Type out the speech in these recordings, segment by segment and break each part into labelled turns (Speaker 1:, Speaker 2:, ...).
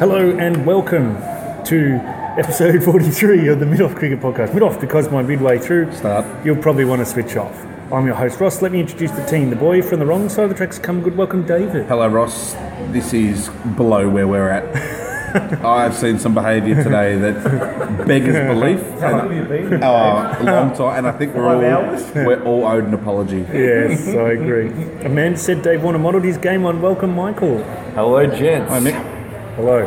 Speaker 1: Hello and welcome to episode 43 of the Mid Off Cricket Podcast. Mid Off because my midway through,
Speaker 2: Start.
Speaker 1: you'll probably want to switch off. I'm your host Ross. Let me introduce the team. The boy from the wrong side of the tracks come good. Welcome, David.
Speaker 2: Hello, Ross. This is below where we're at. I've seen some behaviour today that beggars belief. And,
Speaker 3: been?
Speaker 2: oh, a long time, and I think we're all
Speaker 3: hours?
Speaker 2: we're all owed an apology.
Speaker 1: Yes, I agree. A man said Dave Warner modelled his game on Welcome Michael.
Speaker 3: Hello, gents.
Speaker 2: Hi, Mick.
Speaker 1: Hello.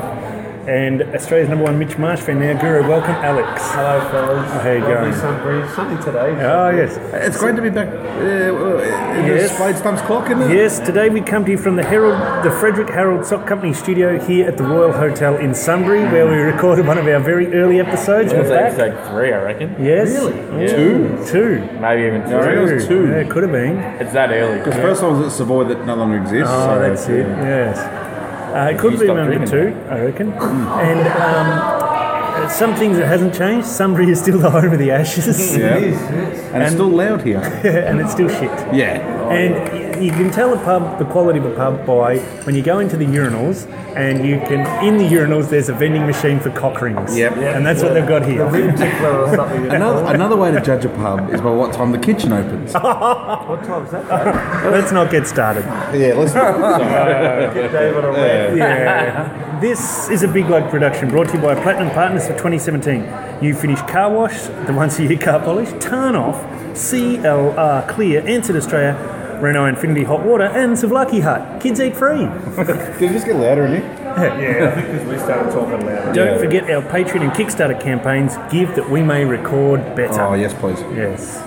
Speaker 1: And Australia's number one Mitch Marsh fan now, Guru. Welcome, Alex.
Speaker 3: Hello, fellas.
Speaker 1: How you
Speaker 3: Lovely
Speaker 1: going?
Speaker 3: sun breeze. Sunny today.
Speaker 1: Ah, yes.
Speaker 2: It's great to be back. Uh, well, it
Speaker 1: Yes.
Speaker 2: yes. Spade Stumps Clock, isn't it?
Speaker 1: Yes, today we come to you from the Herald, the Frederick Harold Sock Company studio here at the Royal Hotel in Sunbury, where we recorded one of our very early episodes. We're
Speaker 4: It's
Speaker 1: back.
Speaker 4: episode three, I reckon.
Speaker 1: Yes.
Speaker 4: Yeah.
Speaker 2: Two.
Speaker 1: Two.
Speaker 4: Maybe even two.
Speaker 2: I reckon it was two.
Speaker 1: Yeah, it could have been.
Speaker 4: It's that early.
Speaker 2: Because first one was at Savoy that no longer exists.
Speaker 1: Oh,
Speaker 2: so-
Speaker 1: that's it. Yes. Uh, it
Speaker 4: You
Speaker 1: could be
Speaker 4: stopped
Speaker 1: number
Speaker 4: drinking
Speaker 1: two, I reckon. And um, uh, some things that hasn't changed. Sunbury is still the home of the Ashes,
Speaker 2: Yeah.
Speaker 3: It is. It is.
Speaker 2: And it's still loud here.
Speaker 1: and it's still shit.
Speaker 2: Oh, yeah.
Speaker 1: And y- you can tell a pub, the quality of a pub by when you go into the urinals and you can, in the urinals, there's a vending machine for cock rings.
Speaker 2: Yep.
Speaker 1: And that's what they've got
Speaker 3: A
Speaker 1: here.
Speaker 3: rim tickler or something. you know.
Speaker 2: Another, another way to judge a pub is by what time the kitchen opens.
Speaker 3: What time's that? Dave?
Speaker 1: Let's not get started.
Speaker 2: yeah, let's
Speaker 3: Get David a rant.
Speaker 1: Yeah. this is a Big Lug production brought to you by Platinum Partners for 2017. You finish car wash, the once a year car polish, turn off, CLR Clear, Answered Australia, Renault Infinity Hot Water, and Savlaki Hut. Kids eat free.
Speaker 2: Did it just get louder in here?
Speaker 3: Yeah, I think because we started talking loud.
Speaker 1: Don't
Speaker 2: Yeah.
Speaker 1: forget our Patreon and Kickstarter campaigns. Give that we may record better.
Speaker 2: Oh, yes, please.
Speaker 1: Yes.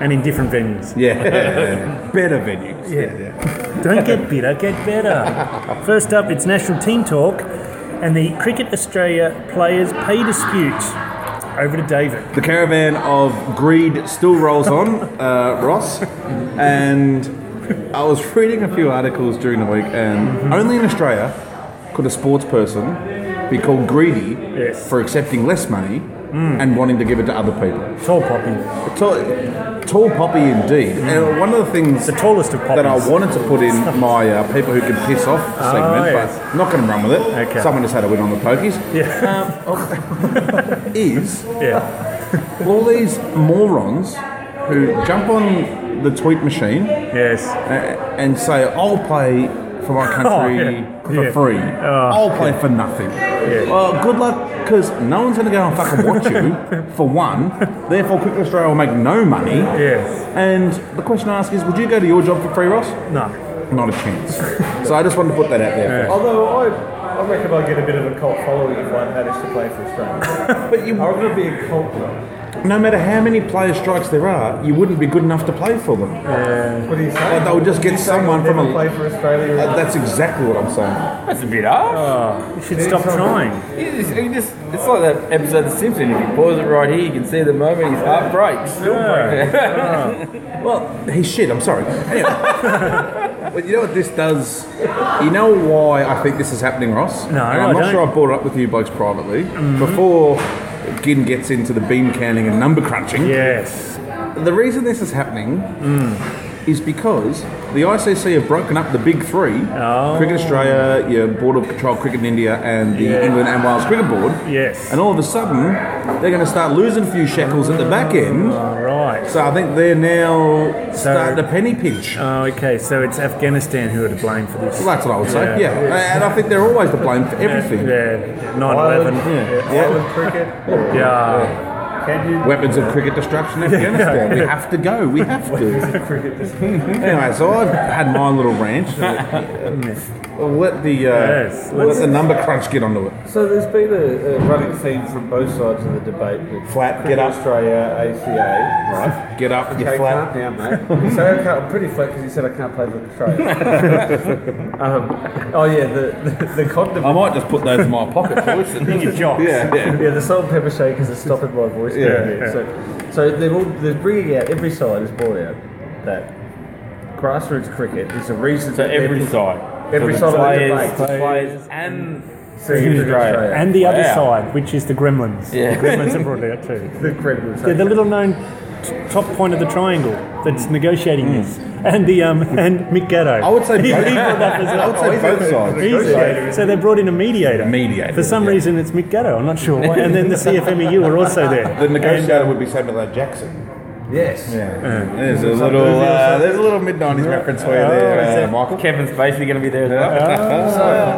Speaker 1: And in different venues.
Speaker 2: Yeah. Better venues.
Speaker 1: Yeah. Don't get bitter, get better. First up, it's National Team Talk and the Cricket Australia Players Pay Dispute. Over to David.
Speaker 2: The caravan of greed still rolls on, uh, Ross. And I was reading a few articles during the week, and only in Australia could a sports person be called greedy
Speaker 1: Yes. Mm.
Speaker 2: for accepting less money and wanting to give it to other people.
Speaker 1: Tall poppy.
Speaker 2: Tall, tall poppy indeed. And one of the things
Speaker 1: The tallest of poppies.
Speaker 2: that I wanted to put in my uh, people who can piss off segment,
Speaker 1: Ah, yes.
Speaker 2: but not going to run with it.
Speaker 1: Okay.
Speaker 2: Someone just had a win on the pokies. Um, oh.
Speaker 1: Yeah.
Speaker 2: Is
Speaker 1: yeah.
Speaker 2: all these morons who jump on the tweet machine a-
Speaker 1: Yes.
Speaker 2: and say, I'll play for my country
Speaker 1: Oh, yeah.
Speaker 2: for
Speaker 1: Yeah. Oh,
Speaker 2: free. I'll play for nothing. Well, good luck, because no one's going to go and fucking watch you, for one. Therefore, Cricket Australia will make no money.
Speaker 1: Yes.
Speaker 2: And the question I ask is, would you go to your job for free, Ross?
Speaker 1: No.
Speaker 2: Not a chance. so I just wanted to put that out there.
Speaker 3: Although I, I reckon I'd get a bit of a cult following if I managed to play for Australia.
Speaker 2: But you,
Speaker 3: I reckon it'd be a cult though.
Speaker 2: no matter how many player strikes there are, you wouldn't be good enough to play for them.
Speaker 3: What do you say?
Speaker 2: Like, they'll just get
Speaker 3: You saying
Speaker 2: someone
Speaker 3: they'll
Speaker 2: from a-
Speaker 3: never play for Australia.
Speaker 2: Uh, that's exactly what I'm saying.
Speaker 4: That's a bit harsh.
Speaker 1: You should stop trying.
Speaker 4: You just, you just, it's like that episode of The Simpsons. If you pause it right here, you can see the moment his heart breaks.
Speaker 2: Well, he's shit. I'm sorry. Anyway, but you know what this does? You know why I think this is happening, Ross?
Speaker 1: No,
Speaker 2: and
Speaker 1: I
Speaker 2: I'm not
Speaker 1: don't. Mm-hmm.
Speaker 2: sure I brought it up with you blokes privately before. Gin gets into the bean canning and number crunching.
Speaker 1: Yes.
Speaker 2: The reason this is happening is because the ICC have broken up the big three
Speaker 1: Oh.
Speaker 2: Cricket Australia, your Board of Control Cricket in India, and the England and Wales Cricket Board.
Speaker 1: Yes.
Speaker 2: And all of a sudden, they're going to start losing a few shekels at the back end.
Speaker 1: All right.
Speaker 2: So I think they're now
Speaker 1: So-
Speaker 2: starting to penny pinch.
Speaker 1: Oh, okay. So it's Afghanistan who are to blame for this.
Speaker 2: Well, that's what I would say.
Speaker 1: Yeah.
Speaker 2: Yeah, and I think they're always to blame for everything.
Speaker 1: Yeah. 9
Speaker 3: Ireland,
Speaker 1: 11.
Speaker 3: Ireland cricket.
Speaker 1: Yeah.
Speaker 3: Can you
Speaker 2: Weapons of cricket destruction in Afghanistan. We have to go. We have to.
Speaker 3: cricket this?
Speaker 2: anyway, so I've had my little rant. I'll let the uh,
Speaker 1: Yes,
Speaker 2: let
Speaker 1: let's-
Speaker 2: the number crunch get onto it.
Speaker 3: So there's been a, a running theme from both sides of the debate with
Speaker 2: Flat,
Speaker 3: Cricket
Speaker 2: get up.
Speaker 3: Australia, ACA. Right.
Speaker 2: Get up, you
Speaker 3: Okay,
Speaker 2: flat.
Speaker 3: calm down, mate. so I can't, I'm pretty flat because he said I can't play for Australia. um, oh yeah, the the, the condom.
Speaker 2: I might just put those in my pocket. to listen.
Speaker 1: Your jocks.
Speaker 2: yeah, yeah.
Speaker 3: yeah, the salt and pepper shakers are stopping my voice.
Speaker 2: Yeah,
Speaker 3: down here. So, so they're all they're bringing out every side is brought out that grassroots cricket is the reason
Speaker 4: So
Speaker 3: that they're-
Speaker 4: every side.
Speaker 3: every
Speaker 4: So
Speaker 3: side
Speaker 4: the
Speaker 3: of the
Speaker 4: players,
Speaker 3: debate.
Speaker 4: players, and
Speaker 3: So you
Speaker 4: Cricket
Speaker 3: cricket
Speaker 4: Australia.
Speaker 3: Australia.
Speaker 1: And the other
Speaker 4: Wow.
Speaker 1: side, which is the gremlins.
Speaker 4: Yeah.
Speaker 1: The gremlins have brought it out too.
Speaker 3: the cricket.
Speaker 1: They're the little known t- top point of the triangle that's negotiating this, and the um, and Mick Gatto.
Speaker 2: Mm. I would say
Speaker 1: He- he
Speaker 2: both-
Speaker 1: brought that as
Speaker 2: I
Speaker 1: well.
Speaker 2: would say
Speaker 3: Oh,
Speaker 2: both sides.
Speaker 1: He's- So they brought in a mediator.
Speaker 2: Mediator,
Speaker 1: For some
Speaker 2: yeah.
Speaker 1: reason, it's Mick Gatto. I'm not sure why. And then the CFMEU E are also there.
Speaker 2: The negotiator
Speaker 3: uh,
Speaker 2: would be Samuel L. Jackson.
Speaker 3: Yes.
Speaker 2: There's a little, uh, there's a little mid '90s reference for you
Speaker 3: Oh,
Speaker 2: there, uh, Michael.
Speaker 4: Kevin Spacey going to be there as well.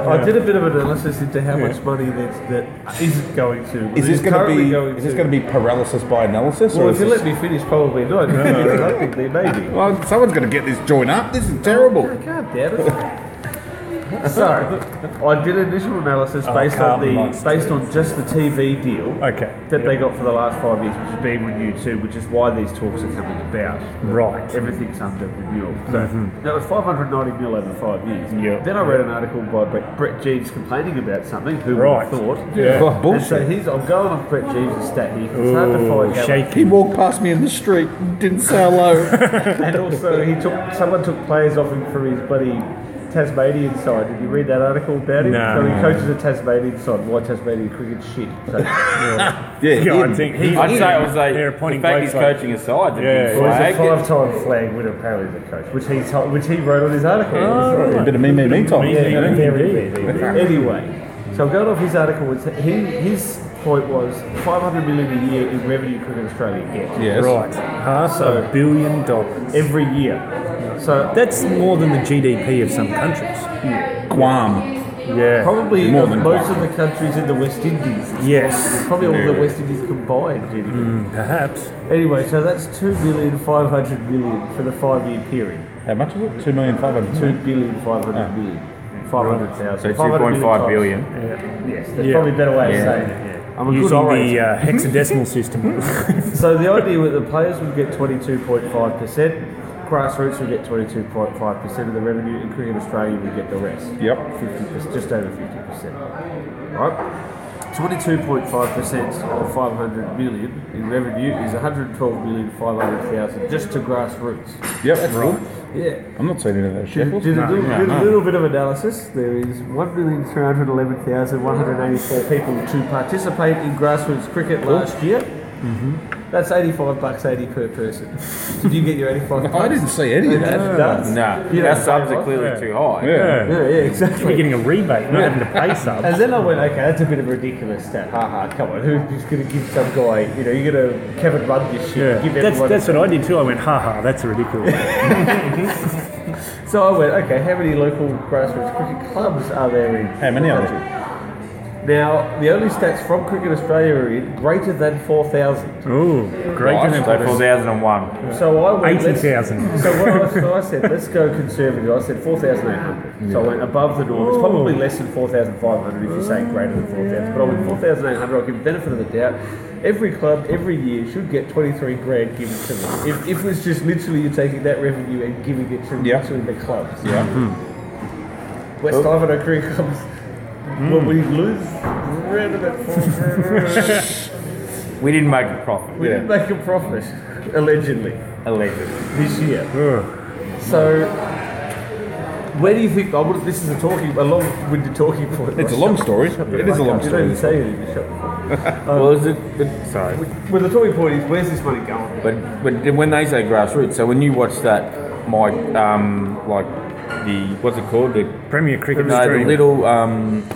Speaker 3: So I did a bit of an analysis into how much money that that is going to.
Speaker 2: Is this going to
Speaker 3: currently
Speaker 2: be?
Speaker 3: Going
Speaker 2: Is this going to be paralysis by analysis?
Speaker 3: Well,
Speaker 2: or
Speaker 3: if
Speaker 2: is
Speaker 3: you
Speaker 2: this-
Speaker 3: let me finish, probably not. Technically, maybe.
Speaker 2: well, someone's going to get this joint up. This is terrible.
Speaker 3: I can't doubt it. so, I did initial analysis
Speaker 2: Oh,
Speaker 3: based on
Speaker 1: Carlton likes
Speaker 3: the based on just the TV deal
Speaker 1: Okay.
Speaker 3: that they got for the last five years, which has been renewed too, which is why these talks are coming about.
Speaker 1: Right.
Speaker 3: Everything's under renewal. So
Speaker 1: Mm-hmm.
Speaker 3: that was 590 mil over five years.
Speaker 1: Yep.
Speaker 3: Then I read an article by Brett, Brett Jeeves complaining about something. Who
Speaker 1: Right.
Speaker 3: would have thought?
Speaker 1: Yeah.
Speaker 2: Oh,
Speaker 3: And so
Speaker 2: bullshit.
Speaker 3: he's, I'm going off Brett Jeeves' stat here. 'cause It's hard to
Speaker 1: Ooh,
Speaker 3: find out.
Speaker 2: He
Speaker 1: shaky.
Speaker 2: walked past me in the street, and didn't say hello.
Speaker 3: And also, he took someone took players off him from his bloody Tasmanian side. Did you read that article about him?
Speaker 1: No.
Speaker 3: So he coaches a Tasmanian side. Why Tasmanian cricket shit? So,
Speaker 2: yeah,
Speaker 1: Yeah, I
Speaker 2: he-
Speaker 1: think he,
Speaker 4: I'd say, I would say,
Speaker 1: they're
Speaker 4: the
Speaker 1: appointing
Speaker 4: fact he's
Speaker 1: both sides.
Speaker 4: coaching aside,
Speaker 1: Yeah.
Speaker 4: yeah,
Speaker 1: Well,
Speaker 3: well, he's a
Speaker 4: flag.
Speaker 3: five-time flag winner, apparently, the coach, which he told, which he wrote on his
Speaker 2: Oh.
Speaker 3: article.
Speaker 2: A bit of me, me, me, Tom.
Speaker 1: Me, me, me.
Speaker 3: Very bad. Anyway, so going off his article, was he, his point was 500 million a year in revenue cricket Australia gets
Speaker 2: Yes.
Speaker 1: Right. Half a
Speaker 3: So-
Speaker 1: billion dollars.
Speaker 3: every year. So
Speaker 1: That's more than the GDP of some countries.
Speaker 2: Guam.
Speaker 1: Yeah.
Speaker 3: probably
Speaker 2: More
Speaker 3: of
Speaker 2: than
Speaker 3: most
Speaker 2: half.
Speaker 3: of the countries in the West Indies.
Speaker 1: Yes.
Speaker 3: Probably all the West Indies combined. GDP.
Speaker 2: Mm.
Speaker 1: Perhaps.
Speaker 3: Anyway, so that's two billion five hundred million for the five-year period.
Speaker 2: How much is it? Two million five hundred
Speaker 3: Two
Speaker 2: two.
Speaker 3: billion five hundred million. Five hundred
Speaker 4: So
Speaker 3: thousand.
Speaker 4: 2.5 billion.
Speaker 3: Yes, that's
Speaker 1: Yeah.
Speaker 3: probably a better way of saying it. I'm a good
Speaker 1: Using the
Speaker 3: orator.
Speaker 1: uh, hexadecimal system.
Speaker 3: So the idea was the players would get 22.5%, grassroots would get 22.5% of the revenue, and Cricket Australia would get the rest.
Speaker 2: Yep.
Speaker 3: 50%, just over 50%. Right? 22.5% of 500 million in revenue is 112,500,000 just to grassroots.
Speaker 2: Yep. That's right.
Speaker 3: Yeah.
Speaker 2: I'm not saying any of that
Speaker 3: Did,
Speaker 2: shambles.
Speaker 3: did a
Speaker 2: No,
Speaker 3: little,
Speaker 2: no,
Speaker 3: did a
Speaker 2: no.
Speaker 3: little bit of analysis. There is 1,311,184 people to participate in grassroots cricket last year.
Speaker 1: Mm-hmm.
Speaker 3: That's 85 bucks 80 per person. Did you get your 85
Speaker 2: I
Speaker 3: bucks?
Speaker 2: didn't say any of that.
Speaker 3: That's-
Speaker 4: Nah,
Speaker 3: You
Speaker 4: that
Speaker 3: don't
Speaker 4: subs
Speaker 3: pay
Speaker 4: are
Speaker 3: what?
Speaker 4: clearly too high.
Speaker 2: Yeah.
Speaker 3: Yeah, yeah, exactly.
Speaker 1: We're getting a rebate, not having to pay subs.
Speaker 3: And then I went, okay, that's a bit of a ridiculous stat. Ha ha, come on, who's just going to give some guy, you know, you're going to Kevin Rudd this shit,
Speaker 1: Yeah.
Speaker 3: give
Speaker 1: That's,
Speaker 3: everyone
Speaker 1: that's what I did too. I went, ha ha, that's ridiculous.
Speaker 3: So I went, okay, how many local grassroots cricket clubs are there in?
Speaker 2: How many are there?
Speaker 3: Now, the only stats from Cricket Australia are in greater than 4,000.
Speaker 1: Ooh, great.
Speaker 2: Right.
Speaker 1: to know.
Speaker 4: So 4,001.
Speaker 3: So I went, let's-
Speaker 1: 80,000.
Speaker 3: So what I, so I said, let's go conservative. I said 4,800. So I went above the norm. It's probably less than 4,500 if you're saying greater than 4,000. But I went 4,800. I'll give benefit of the doubt. Every club, every year, should get 23 grand given to them. If, if it was just literally you're taking that revenue and giving it to
Speaker 2: Yeah.
Speaker 3: literally the clubs.
Speaker 2: Yeah.
Speaker 3: West Ivanhoe Cricket Clubs, well, we lose round about four.
Speaker 4: We didn't make a profit.
Speaker 3: we didn't make a profit, allegedly,
Speaker 4: Allegedly.
Speaker 3: this year.
Speaker 1: Ugh.
Speaker 3: So, where do you think? I would, this is a talking, a long-winded talking point.
Speaker 2: It's a long story. It is a long
Speaker 3: You don't
Speaker 2: story.
Speaker 3: even say anything, Michelle. Oh.
Speaker 4: well, is it, it, sorry.
Speaker 3: Well, the talking point is, where's this money going?
Speaker 4: But but then when they say grassroots, so when you watch that, my um like the what's it called the
Speaker 1: Premier Cricket
Speaker 4: no the
Speaker 1: Australia.
Speaker 4: little um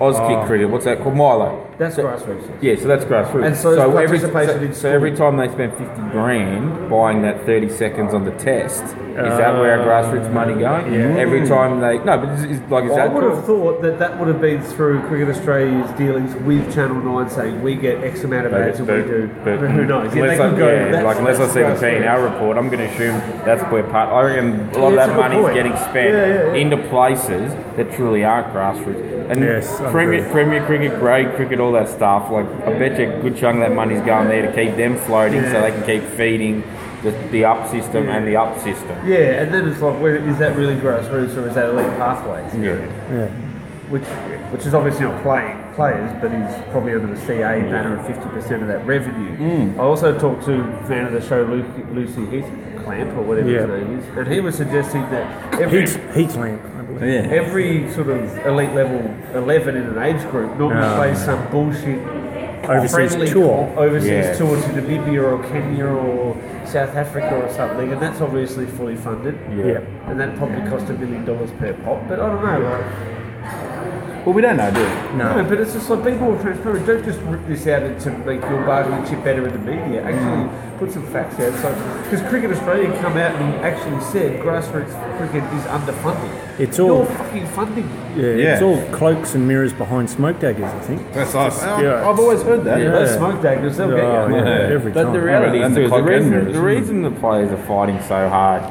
Speaker 4: Oz
Speaker 3: Oh.
Speaker 4: kick cricket what's that called Milo
Speaker 3: That's grassroots.
Speaker 4: yeah so that's grassroots
Speaker 3: And so is
Speaker 4: every
Speaker 3: participation
Speaker 4: so,
Speaker 3: in
Speaker 4: so every time they spend fifty grand buying that thirty seconds on the test is that where our grassroots money going every time they no but is, is, like is
Speaker 3: I
Speaker 4: that
Speaker 3: would have
Speaker 4: cool?
Speaker 3: thought that that would have been through Cricket Australia's dealings with Channel Nine, saying we get X amount of
Speaker 4: But-
Speaker 3: ads and we
Speaker 4: but-
Speaker 3: do.
Speaker 4: but
Speaker 3: But, who knows?
Speaker 4: Unless
Speaker 3: they
Speaker 4: I,
Speaker 3: could go,
Speaker 4: yeah,
Speaker 3: that's-
Speaker 4: like unless I
Speaker 3: that's
Speaker 4: see the P and
Speaker 3: grassroots.
Speaker 4: L report, I'm going to assume that's where part. I reckon a lot of
Speaker 3: Yeah, it's a
Speaker 4: that
Speaker 3: good
Speaker 4: money is
Speaker 3: point.
Speaker 4: getting spent
Speaker 3: Yeah, yeah, yeah.
Speaker 4: into places that truly aren't grassroots. And
Speaker 1: Yes, I
Speaker 4: Premier,
Speaker 1: agree.
Speaker 4: Premier cricket, grade cricket, all that stuff. Like I bet you a good chunk of that money's going there to keep them floating, so they can keep feeding the, the up system and the up system.
Speaker 3: Yeah, and then it's like, where, is that really grassroots or is that elite pathways?
Speaker 4: Yeah.
Speaker 3: which which is obviously not playing players, but he's probably under the CA banner of fifty percent of that revenue.
Speaker 1: Mm.
Speaker 3: I also talked to fan of the show Luke, Lucy Heath Clamp or whatever his
Speaker 1: Yeah.
Speaker 3: name is, and he was suggesting that every
Speaker 1: Heat, heat lamp. I believe.
Speaker 2: Yeah.
Speaker 3: every sort of elite level eleven in an age group normally
Speaker 1: Yeah.
Speaker 3: plays some bullshit
Speaker 1: overseas
Speaker 3: friendly
Speaker 1: tour.
Speaker 3: overseas
Speaker 4: Yeah.
Speaker 3: tour to Namibia or Kenya or South Africa or something, and that's obviously fully funded.
Speaker 1: Yeah.
Speaker 3: And that probably cost a million dollars per pop, but I don't know. Like,
Speaker 2: Well, we don't know, do we?
Speaker 3: no. but it's just like be more transparent. Don't just rip this out to make your bargaining chip better in the media. Actually, put some facts out. So, because Cricket Australia come out and actually said grassroots cricket is underfunded.
Speaker 1: It's
Speaker 3: You're
Speaker 1: all
Speaker 3: fucking funding. it.
Speaker 1: yeah, it's
Speaker 2: Yeah.
Speaker 1: all cloaks and mirrors behind smoke daggers. I think.
Speaker 2: That's us.
Speaker 1: Yeah.
Speaker 2: I've always heard that.
Speaker 1: Yeah.
Speaker 3: Those smoke daggers, they'll get you.
Speaker 1: Oh, yeah, Every
Speaker 4: But the
Speaker 1: time.
Speaker 4: reality
Speaker 2: And
Speaker 4: is,
Speaker 2: the
Speaker 4: too, the,
Speaker 2: clock
Speaker 4: reason,
Speaker 2: enders.
Speaker 4: the reason the players are fighting so hard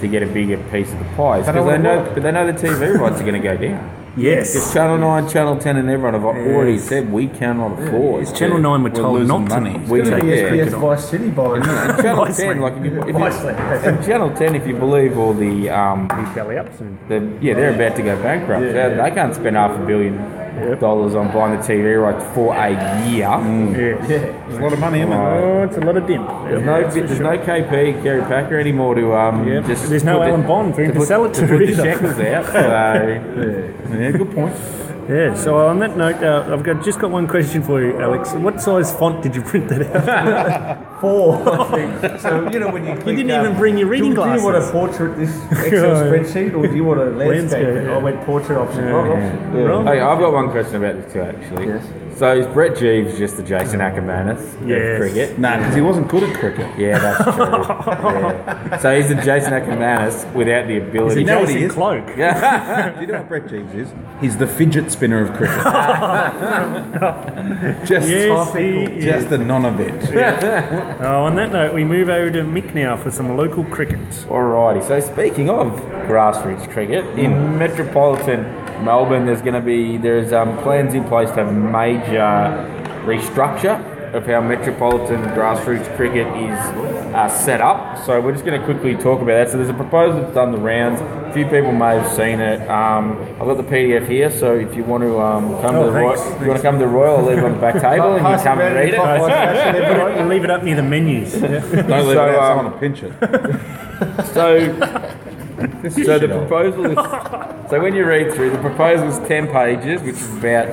Speaker 4: to get a bigger piece of the pie is
Speaker 2: They don't
Speaker 4: because they
Speaker 2: wanna
Speaker 4: know,
Speaker 2: work.
Speaker 4: but they know the TV rights are going to go down. Because
Speaker 1: yes.
Speaker 4: Channel 9, Channel 10, and everyone have already said we cannot afford.
Speaker 1: It's Channel Nine were told
Speaker 2: losing
Speaker 1: not to.
Speaker 2: money.
Speaker 4: We
Speaker 1: take
Speaker 4: Yeah.
Speaker 1: their cricket
Speaker 3: Yes,
Speaker 1: on.
Speaker 3: Vice City buying.
Speaker 4: And Channel
Speaker 1: Iceland.
Speaker 4: 10, like if you, if you,
Speaker 3: Iceland.
Speaker 4: and Channel 10, if you believe all the, um,
Speaker 1: Belly up soon.
Speaker 4: the yeah, they're about to go bankrupt. They, they can't spend half a billion dollars on buying the TV rights for a year.
Speaker 1: Mm.
Speaker 2: It's a lot of money, isn't it?
Speaker 1: Oh, it's a lot of dim.
Speaker 4: There's no, there's no KP, Gary Packer anymore to um.
Speaker 1: Yep.
Speaker 4: Just
Speaker 1: There's no
Speaker 4: put
Speaker 1: Alan
Speaker 4: the,
Speaker 1: Bond for him to
Speaker 4: put-
Speaker 1: sell it to
Speaker 4: put the
Speaker 1: either.
Speaker 4: shekels out. So
Speaker 2: Yeah, good point.
Speaker 1: Yeah, so on that note, uh, I've got, just got one question for you, Alex. What size font did you print that out?
Speaker 3: four, I think. So you know when you click, um,
Speaker 1: didn't even bring your reading
Speaker 3: do, Do you want
Speaker 1: glasses.
Speaker 3: a portrait this Excel
Speaker 1: Yeah.
Speaker 3: spreadsheet or do you want a landscape?
Speaker 1: Landscape, yeah.
Speaker 3: I went portrait option. not option.
Speaker 4: hey,
Speaker 1: Wrong?
Speaker 4: I've got one question about this too, actually.
Speaker 3: Yes.
Speaker 4: So is Brett Jeeves just the Jason Ackermanis of
Speaker 1: Yes.
Speaker 4: cricket?
Speaker 2: Nah, because he wasn't good at cricket.
Speaker 4: Yeah, that's true. yeah. So he's the Jason Ackermanis without the ability.
Speaker 2: You know what he
Speaker 1: Jason
Speaker 2: is?
Speaker 1: Cloak.
Speaker 2: Do you know what Brett Jeeves is? He's the fidget spinner of cricket. just
Speaker 1: Yes, he is.
Speaker 2: just the non-event.
Speaker 1: Oh, on that note, we move over to Mick now for some local cricket.
Speaker 4: Alrighty, so speaking of grassroots cricket, in metropolitan Melbourne, there's going to be, there's um, plans in place to have a major restructure of how metropolitan grassroots cricket is uh, set up. So we're just going to quickly talk about that. So there's a proposal that's done the rounds. A few people may have seen it. Um, I've got the PDF here, so if you want to um, come
Speaker 1: Oh,
Speaker 4: to the
Speaker 1: thanks.
Speaker 4: Royal, if you want to come to the Royal, I'll leave it on the back table and you come and read it.
Speaker 1: Put it- leave it up near the menus.
Speaker 2: Don't leave
Speaker 4: So,
Speaker 2: it out.
Speaker 4: um,
Speaker 2: someone will pinch it.
Speaker 4: So So the
Speaker 2: Shit hole.
Speaker 4: proposal is. so when you read through, the proposal is ten pages, which is about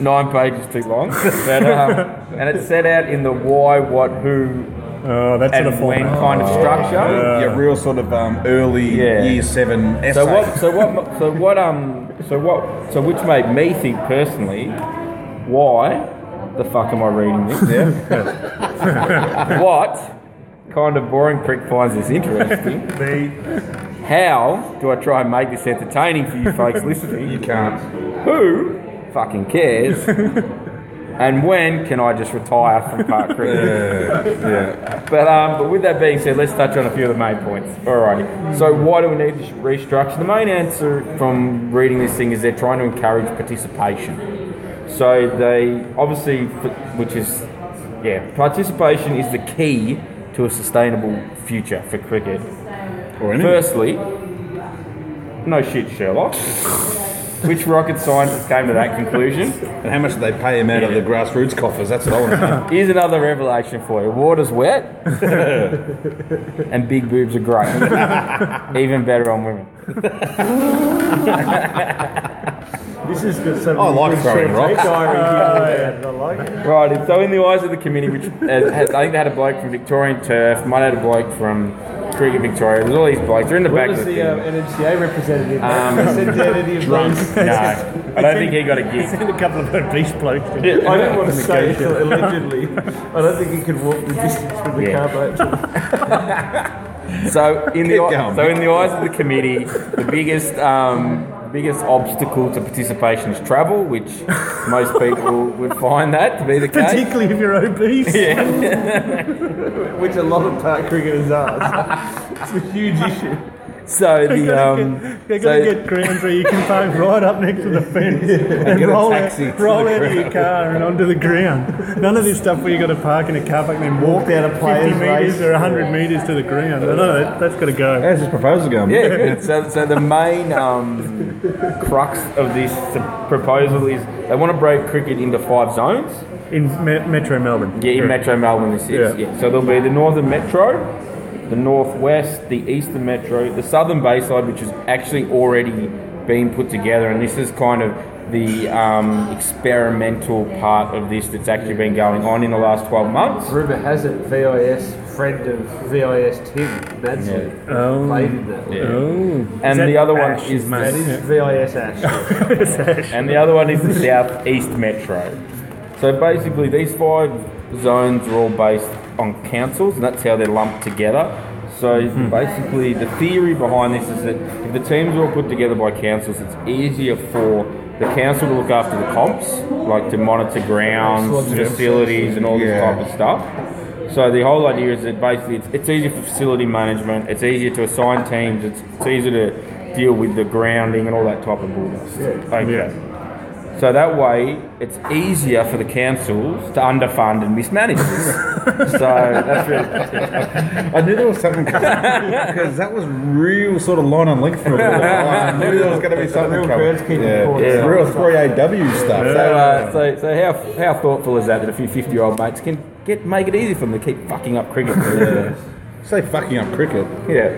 Speaker 4: nine pages too long. But, um, and it's set out in the why, what, who,
Speaker 1: Oh, that's
Speaker 4: and
Speaker 1: sort of
Speaker 4: when
Speaker 1: format.
Speaker 4: kind of structure.
Speaker 2: Oh, yeah, real sort of um, early
Speaker 4: Yeah.
Speaker 2: year seven essay.
Speaker 4: So what? So what? So what? Um. So what? So which made me think personally, why the fuck am I reading this? what kind of boring prick finds this interesting?
Speaker 1: The-
Speaker 4: How do I try and make this entertaining for you folks listening?
Speaker 2: You can't.
Speaker 4: who fucking cares? and when can I just retire from park cricket?
Speaker 2: Yeah.
Speaker 4: but um, but with that being said, let's touch on a few of the main points. Alrighty. So why do we need to restructure? The main answer from reading this thing is they're trying to encourage participation. So they obviously, which is yeah, participation is the key to a sustainable future for cricket.
Speaker 2: Or anything.
Speaker 4: Firstly, Hmm. no shit, Sherlock. Which rocket scientist came to that conclusion?
Speaker 2: And how much do they pay him out of the grassroots coffers? That's what I want to know.
Speaker 4: Here's another revelation for you. Water's wet, and big boobs are great. Even better on women.
Speaker 3: This has got some.
Speaker 2: I like throwing rocks.
Speaker 3: I like it.
Speaker 4: Right, and so in the eyes of the committee, which uh, had, I think they had a bloke from Victorian Turf, might have had a bloke from Cricket Victoria. There's all these blokes. They're in the
Speaker 3: Where
Speaker 4: back
Speaker 3: was
Speaker 4: of the
Speaker 3: the
Speaker 4: thing.
Speaker 3: um, NMCA representative?
Speaker 4: Um,
Speaker 3: Sent down any of those.
Speaker 4: no, I don't think he got a gig.
Speaker 1: a couple of obese blokes.
Speaker 3: I don't want to say it, allegedly. I don't think he could walk the distance from the
Speaker 4: Yeah.
Speaker 3: car park.
Speaker 4: So in the
Speaker 2: Keep going.
Speaker 4: so in the eyes of the committee, the biggest um, biggest obstacle to participation is travel, which most people would find that to be the case.
Speaker 1: Particularly if you're obese.
Speaker 3: Which a lot of park cricketers are. It's a huge issue.
Speaker 4: So
Speaker 1: They're
Speaker 4: the
Speaker 1: gonna
Speaker 4: um,
Speaker 1: get- they're
Speaker 4: so-
Speaker 1: going to get ground where you can park right up next to the fence and
Speaker 2: get a
Speaker 1: roll, out,
Speaker 2: taxi to
Speaker 1: roll
Speaker 2: the
Speaker 1: out of your car and onto the ground. None of this stuff where you got to park in a car park and then walk
Speaker 3: down a player's
Speaker 1: 50 metres
Speaker 3: race.
Speaker 1: or 100 metres to the ground. No, no, that, that's got to go.
Speaker 2: How's this proposal going?
Speaker 4: yeah, good. So, so the main um, crux of this proposal is they want to break cricket into five zones.
Speaker 1: In me- Metro Melbourne.
Speaker 4: Yeah, in Metro Melbourne this is.
Speaker 1: Yeah.
Speaker 4: Yeah. So there'll be the Northern Metro, the Northwest, the Eastern Metro, the Southern Bayside, which is actually already been put together, and this is kind of the um, experimental part of this that's actually been going on in the last 12 months.
Speaker 3: Rumour has it VIS, friend of VIS Tim, Madsley,
Speaker 1: Oh.
Speaker 3: played in that.
Speaker 1: Oh.
Speaker 4: And
Speaker 1: Is
Speaker 4: the
Speaker 1: that
Speaker 4: other one
Speaker 1: Ash,
Speaker 4: is
Speaker 1: mate?
Speaker 3: That is VIS Ash.
Speaker 4: And the other one is the Southeast Metro. So basically, these five zones are all based on councils, and that's how they're lumped together. So basically, the theory behind this is that if the teams are all put together by councils, it's easier for the council to look after the comps, like to monitor grounds, facilities, and all this
Speaker 2: Yeah.
Speaker 4: type of stuff. So the whole idea is that basically it's, it's easier for facility management, it's easier to assign teams, it's, it's easier to deal with the grounding and all that type of bullshit. Okay. So that way, it's easier for the councils to underfund and mismanage this. so that's really,
Speaker 2: I knew there was something coming because that was real sort of line on link for a little while. I knew there was going to be something
Speaker 3: Real
Speaker 2: coming.
Speaker 3: birds keeping
Speaker 2: yeah.
Speaker 3: cords.
Speaker 2: yeah, real three AW stuff.
Speaker 4: so, uh, so, so how, how thoughtful is that that a few 50 year old mates can get make it easy for them to keep fucking up cricket?
Speaker 2: Say fucking up cricket.
Speaker 4: yeah.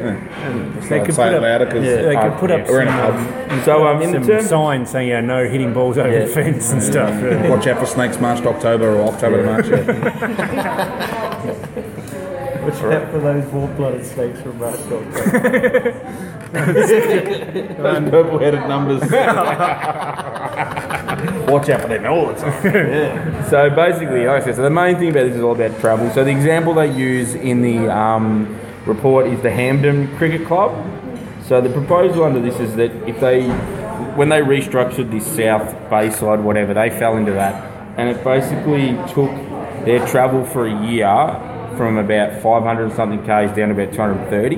Speaker 1: They could
Speaker 2: Say
Speaker 1: put
Speaker 2: it
Speaker 1: up-
Speaker 2: louder 'cause-
Speaker 1: yeah, they could put up
Speaker 2: We're in
Speaker 1: some,
Speaker 2: a
Speaker 1: um,
Speaker 4: So um, in the
Speaker 1: some
Speaker 4: terms
Speaker 1: signs saying, yeah, no hitting balls over the fence and stuff. yeah.
Speaker 2: Watch out for snakes March to October or October to March. yeah.
Speaker 5: Watch out for those warm-blooded snakes from Rascal.
Speaker 2: Those purple headed numbers.
Speaker 1: Watch out for them all the time.
Speaker 4: So basically, like I said, so the main thing about this is all about travel. So the example they use in the um, report is the Hamden Cricket Club. So the proposal under this is that if they, when they restructured the South Bayside, whatever, they fell into that, and it basically took their travel for a year from about 500 something k's down to about 230,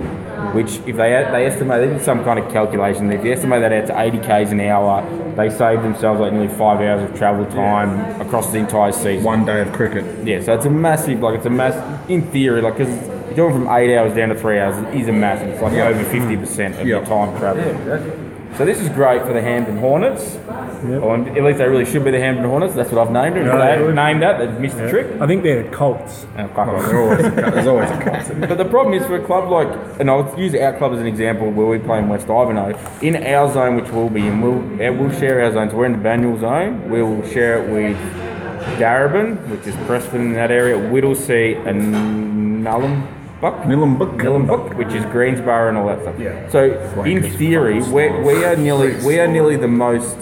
Speaker 4: which if they they estimate they did some kind of calculation, if they estimate that out to 80 k's an hour, they saved themselves like nearly five hours of travel time across the entire season.
Speaker 2: One day of cricket.
Speaker 4: Yeah, so it's a massive, like it's a mass in theory, like because going from eight hours down to three hours is a massive. It's like
Speaker 2: Yeah.
Speaker 4: over 50 percent of your
Speaker 2: Yeah.
Speaker 4: time travel. So this is great for the Hampton Hornets, or at least they really should be the Hampton Hornets. That's what I've named it.
Speaker 1: Yeah.
Speaker 4: they haven't named that, they've missed the trick.
Speaker 1: I think they're the Colts.
Speaker 4: Oh, fuck off.
Speaker 2: There's always a, cu- there's always a cut.
Speaker 4: But the problem is for a club like, and I'll use our club as an example where we play in West Ivanhoe, in our zone, which we'll be in, we'll, eh, we'll share our zones. We're in the Banyul zone, we'll share it with Darabin, which is Preston in that area, Whittlesea, and Nullumbuck.
Speaker 2: Nilambook.
Speaker 4: Nullumbuck, which is Greensborough and all that stuff. Yeah. So, in theory, we're, we are nearly we are nearly the most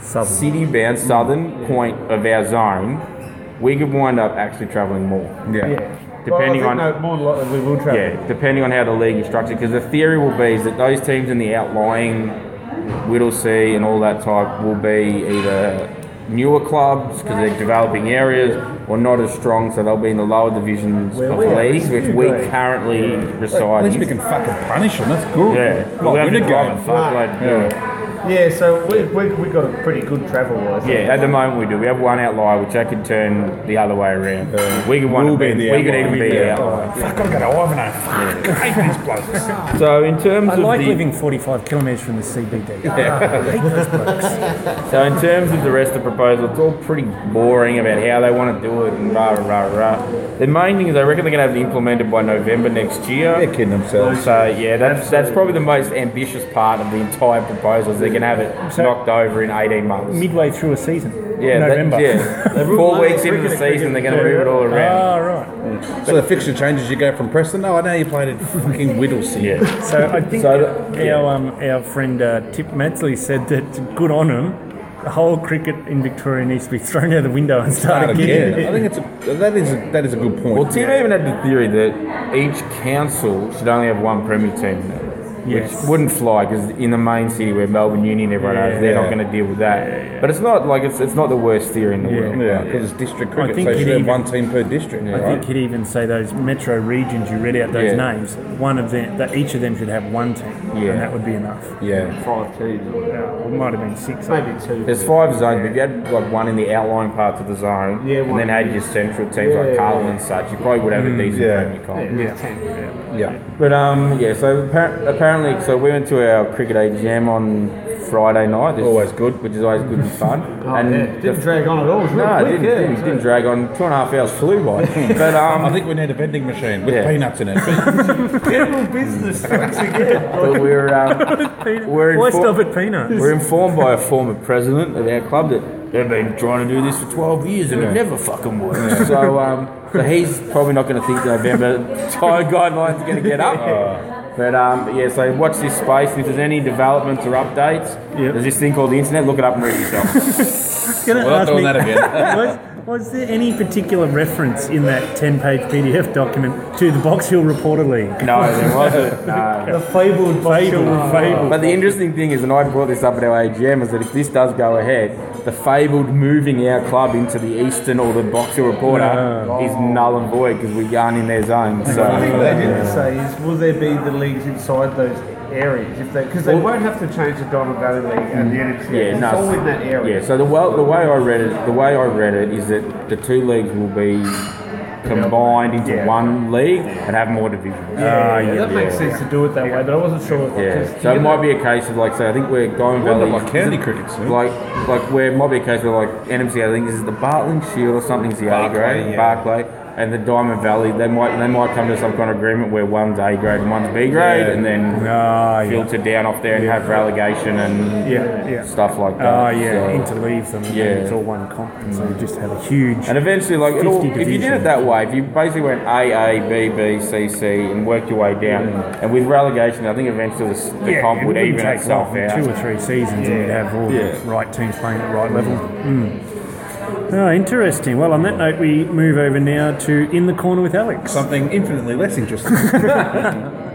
Speaker 1: Southern.
Speaker 4: city bound southern point of our zone. We could wind up actually travelling more,
Speaker 2: Yeah.
Speaker 4: depending
Speaker 3: well, I
Speaker 4: on.
Speaker 3: think No, more than likely we will travel.
Speaker 4: Yeah, depending on how the league is structured, because the theory will be is that those teams in the outlying Whittlesea and all that type will be either newer clubs because they're developing areas or not as strong, so they'll be in the lower divisions of the league, which we currently
Speaker 2: At
Speaker 4: reside
Speaker 2: least we
Speaker 4: in.
Speaker 2: can fucking punish them. That's good.
Speaker 4: Yeah,
Speaker 2: Well,
Speaker 4: We'll have
Speaker 2: we
Speaker 4: to
Speaker 2: did
Speaker 4: drive a
Speaker 2: go.
Speaker 4: fuckload to do it.
Speaker 3: Yeah, so we've, we've, we've got a pretty good travel wise.
Speaker 4: Yeah, at the moment we do. We have one outlier, which I could turn the other way around. we could one
Speaker 2: We'll
Speaker 4: be,
Speaker 2: be the
Speaker 4: we could
Speaker 2: outlier.
Speaker 4: even be
Speaker 2: Yeah.
Speaker 4: the outlier. Fuck, I've got to go to Ivanhoe. Fuck, I hate these blokes. So in terms
Speaker 1: I
Speaker 4: of
Speaker 1: like
Speaker 4: the,
Speaker 1: living 45 kilometres from the CBD.
Speaker 4: So in terms of the rest of the proposal, it's all pretty boring about how they want to do it and rah rah rah. rah. The main thing is I reckon they're going to have it implemented by November next
Speaker 2: They're
Speaker 4: year.
Speaker 2: kidding themselves.
Speaker 4: So yeah, that's that's probably the most ambitious part of the entire proposal is they're going to have it knocked over in 18 months.
Speaker 1: Midway through a season.
Speaker 4: Yeah, that-
Speaker 1: November.
Speaker 4: yeah. Four weeks into the season, they're going to move it all around.
Speaker 1: Ah, right.
Speaker 2: So the fixture changes. You go from Preston. No, I know you played at fucking Whittlesea.
Speaker 4: Yeah.
Speaker 1: So I think
Speaker 4: So that-
Speaker 1: our, um, our friend uh, Tip Madsley said that good on him. The whole cricket in Victoria needs to be thrown out the window and
Speaker 2: Start
Speaker 1: start
Speaker 2: again. I
Speaker 1: again.
Speaker 2: think it's a, that is a, that is a good point.
Speaker 4: Well, Tim even had the theory that each council should only have one premier team,
Speaker 1: Yes.
Speaker 4: which wouldn't fly because in the main city where Melbourne Union everyone has, they're not
Speaker 2: Yeah.
Speaker 4: going to deal with that. But it's not like it's, it's not the worst theory in the world.
Speaker 2: yeah, because it's district cricket, so
Speaker 1: think
Speaker 2: you should
Speaker 1: it
Speaker 2: have
Speaker 1: even-
Speaker 2: one team per district.
Speaker 1: I
Speaker 2: right?
Speaker 1: think he'd even say those metro regions you read out those
Speaker 4: Yeah.
Speaker 1: names. One of them, that each of them should have one team,
Speaker 4: Yeah.
Speaker 1: and that would be enough.
Speaker 2: Yeah.
Speaker 3: Five teams.
Speaker 1: It might have been six.
Speaker 3: Maybe two.
Speaker 4: There's five zones, but if you had like one in the outlying parts of the zone,
Speaker 3: Yeah,
Speaker 4: and
Speaker 3: one.
Speaker 4: then had your central teams
Speaker 3: Yeah,
Speaker 4: like
Speaker 3: yeah,
Speaker 4: Carlton and such, you probably would have a decent
Speaker 2: yeah.
Speaker 4: premier comp.
Speaker 3: yeah. ten.
Speaker 2: Yeah.
Speaker 4: But um, yeah. So appar- apparently, so we went to our cricket AGM on Friday night. It's always good, which is always good and fun.
Speaker 3: Oh,
Speaker 4: and
Speaker 3: yeah.
Speaker 4: the-
Speaker 3: Didn't drag on at all. It was real
Speaker 4: no, it
Speaker 3: quick,
Speaker 4: didn't,
Speaker 3: yeah.
Speaker 4: didn't, didn't drag on. Two and a half hours flew by. but um,
Speaker 6: I think we need a vending machine with
Speaker 4: Yeah.
Speaker 6: peanuts in it.
Speaker 5: General business once again.
Speaker 4: but we're um, we're
Speaker 1: Why
Speaker 4: inform-
Speaker 1: stop at peanuts?
Speaker 4: we're informed by a former president of our club that they've been trying to do this for 12 years and it never fucking works. So, um, so he's probably not going to think November time guidelines are going to get up. But um, yeah, so watch this space. If there's any developments or updates,
Speaker 1: Yep.
Speaker 4: there's this thing called the internet. Look it up and read it yourself.
Speaker 1: Can I
Speaker 6: We're not
Speaker 1: ask me-
Speaker 6: doing that again.
Speaker 1: was, was there any particular reference in that 10 page PDF document to the Box Hill Reporter League?
Speaker 4: no, there wasn't. No.
Speaker 5: The fabled
Speaker 1: Fable,
Speaker 5: Bible.
Speaker 1: fable.
Speaker 4: But the interesting thing is, and I brought this up at our AGM, is that if this does go ahead, the fabled moving our club into the Eastern or the Boxer Reporter is null and void because we aren't in their zone. So.
Speaker 3: I think
Speaker 5: They
Speaker 3: they did
Speaker 5: didn't say is will there be the leagues inside those areas if they because they won't have to change the Diamond Valley League
Speaker 3: Mm.
Speaker 5: and the NHC.
Speaker 4: Yeah,
Speaker 3: it's
Speaker 4: no.
Speaker 3: all in that area.
Speaker 4: Yeah, so the way, the way I read it, the way I read it is that the two leagues will be combined into
Speaker 3: Yeah.
Speaker 4: one league and have more divisions.
Speaker 3: Yeah,
Speaker 4: yeah,
Speaker 3: that makes sense to do it that way, but I wasn't sure.
Speaker 4: Yeah, so it might be a case of like, say, I think we're going
Speaker 6: We're
Speaker 4: Valley,
Speaker 6: like county cricket soon.
Speaker 4: like, like where it might be a case where like NMC, I think this is the Bartland Shield or something's the A
Speaker 6: Barclay,
Speaker 4: grade,
Speaker 6: yeah.
Speaker 4: Barclay, and the Diamond Valley. They might they might come to some kind of agreement where one's A grade and one's B grade,
Speaker 6: Yeah.
Speaker 4: and then
Speaker 1: Ah, yeah.
Speaker 4: filter down off there and have relegation and
Speaker 1: Yeah, yeah.
Speaker 4: stuff like that.
Speaker 1: Ah, yeah.
Speaker 4: So-
Speaker 1: Interleave them. Yeah.
Speaker 4: Yeah.
Speaker 1: It's all one comp. and So you just have a huge.
Speaker 4: And eventually, like, it all,
Speaker 1: 50
Speaker 4: if you did
Speaker 1: division.
Speaker 4: it that way, if you basically went A, A, B, B, C, C, and worked your way down, and with relegation, I think eventually the, s- the
Speaker 1: Yeah,
Speaker 4: comp
Speaker 1: it
Speaker 4: would
Speaker 1: wouldn't
Speaker 4: even
Speaker 1: take
Speaker 4: itself
Speaker 1: long,
Speaker 4: out.
Speaker 1: Two or three seasons, and you'd have all
Speaker 6: Yeah.
Speaker 1: the right teams playing at the right level. Mm. Oh, interesting. Well, on that note, we move over now to In the Corner with Alex.
Speaker 6: Something infinitely less interesting.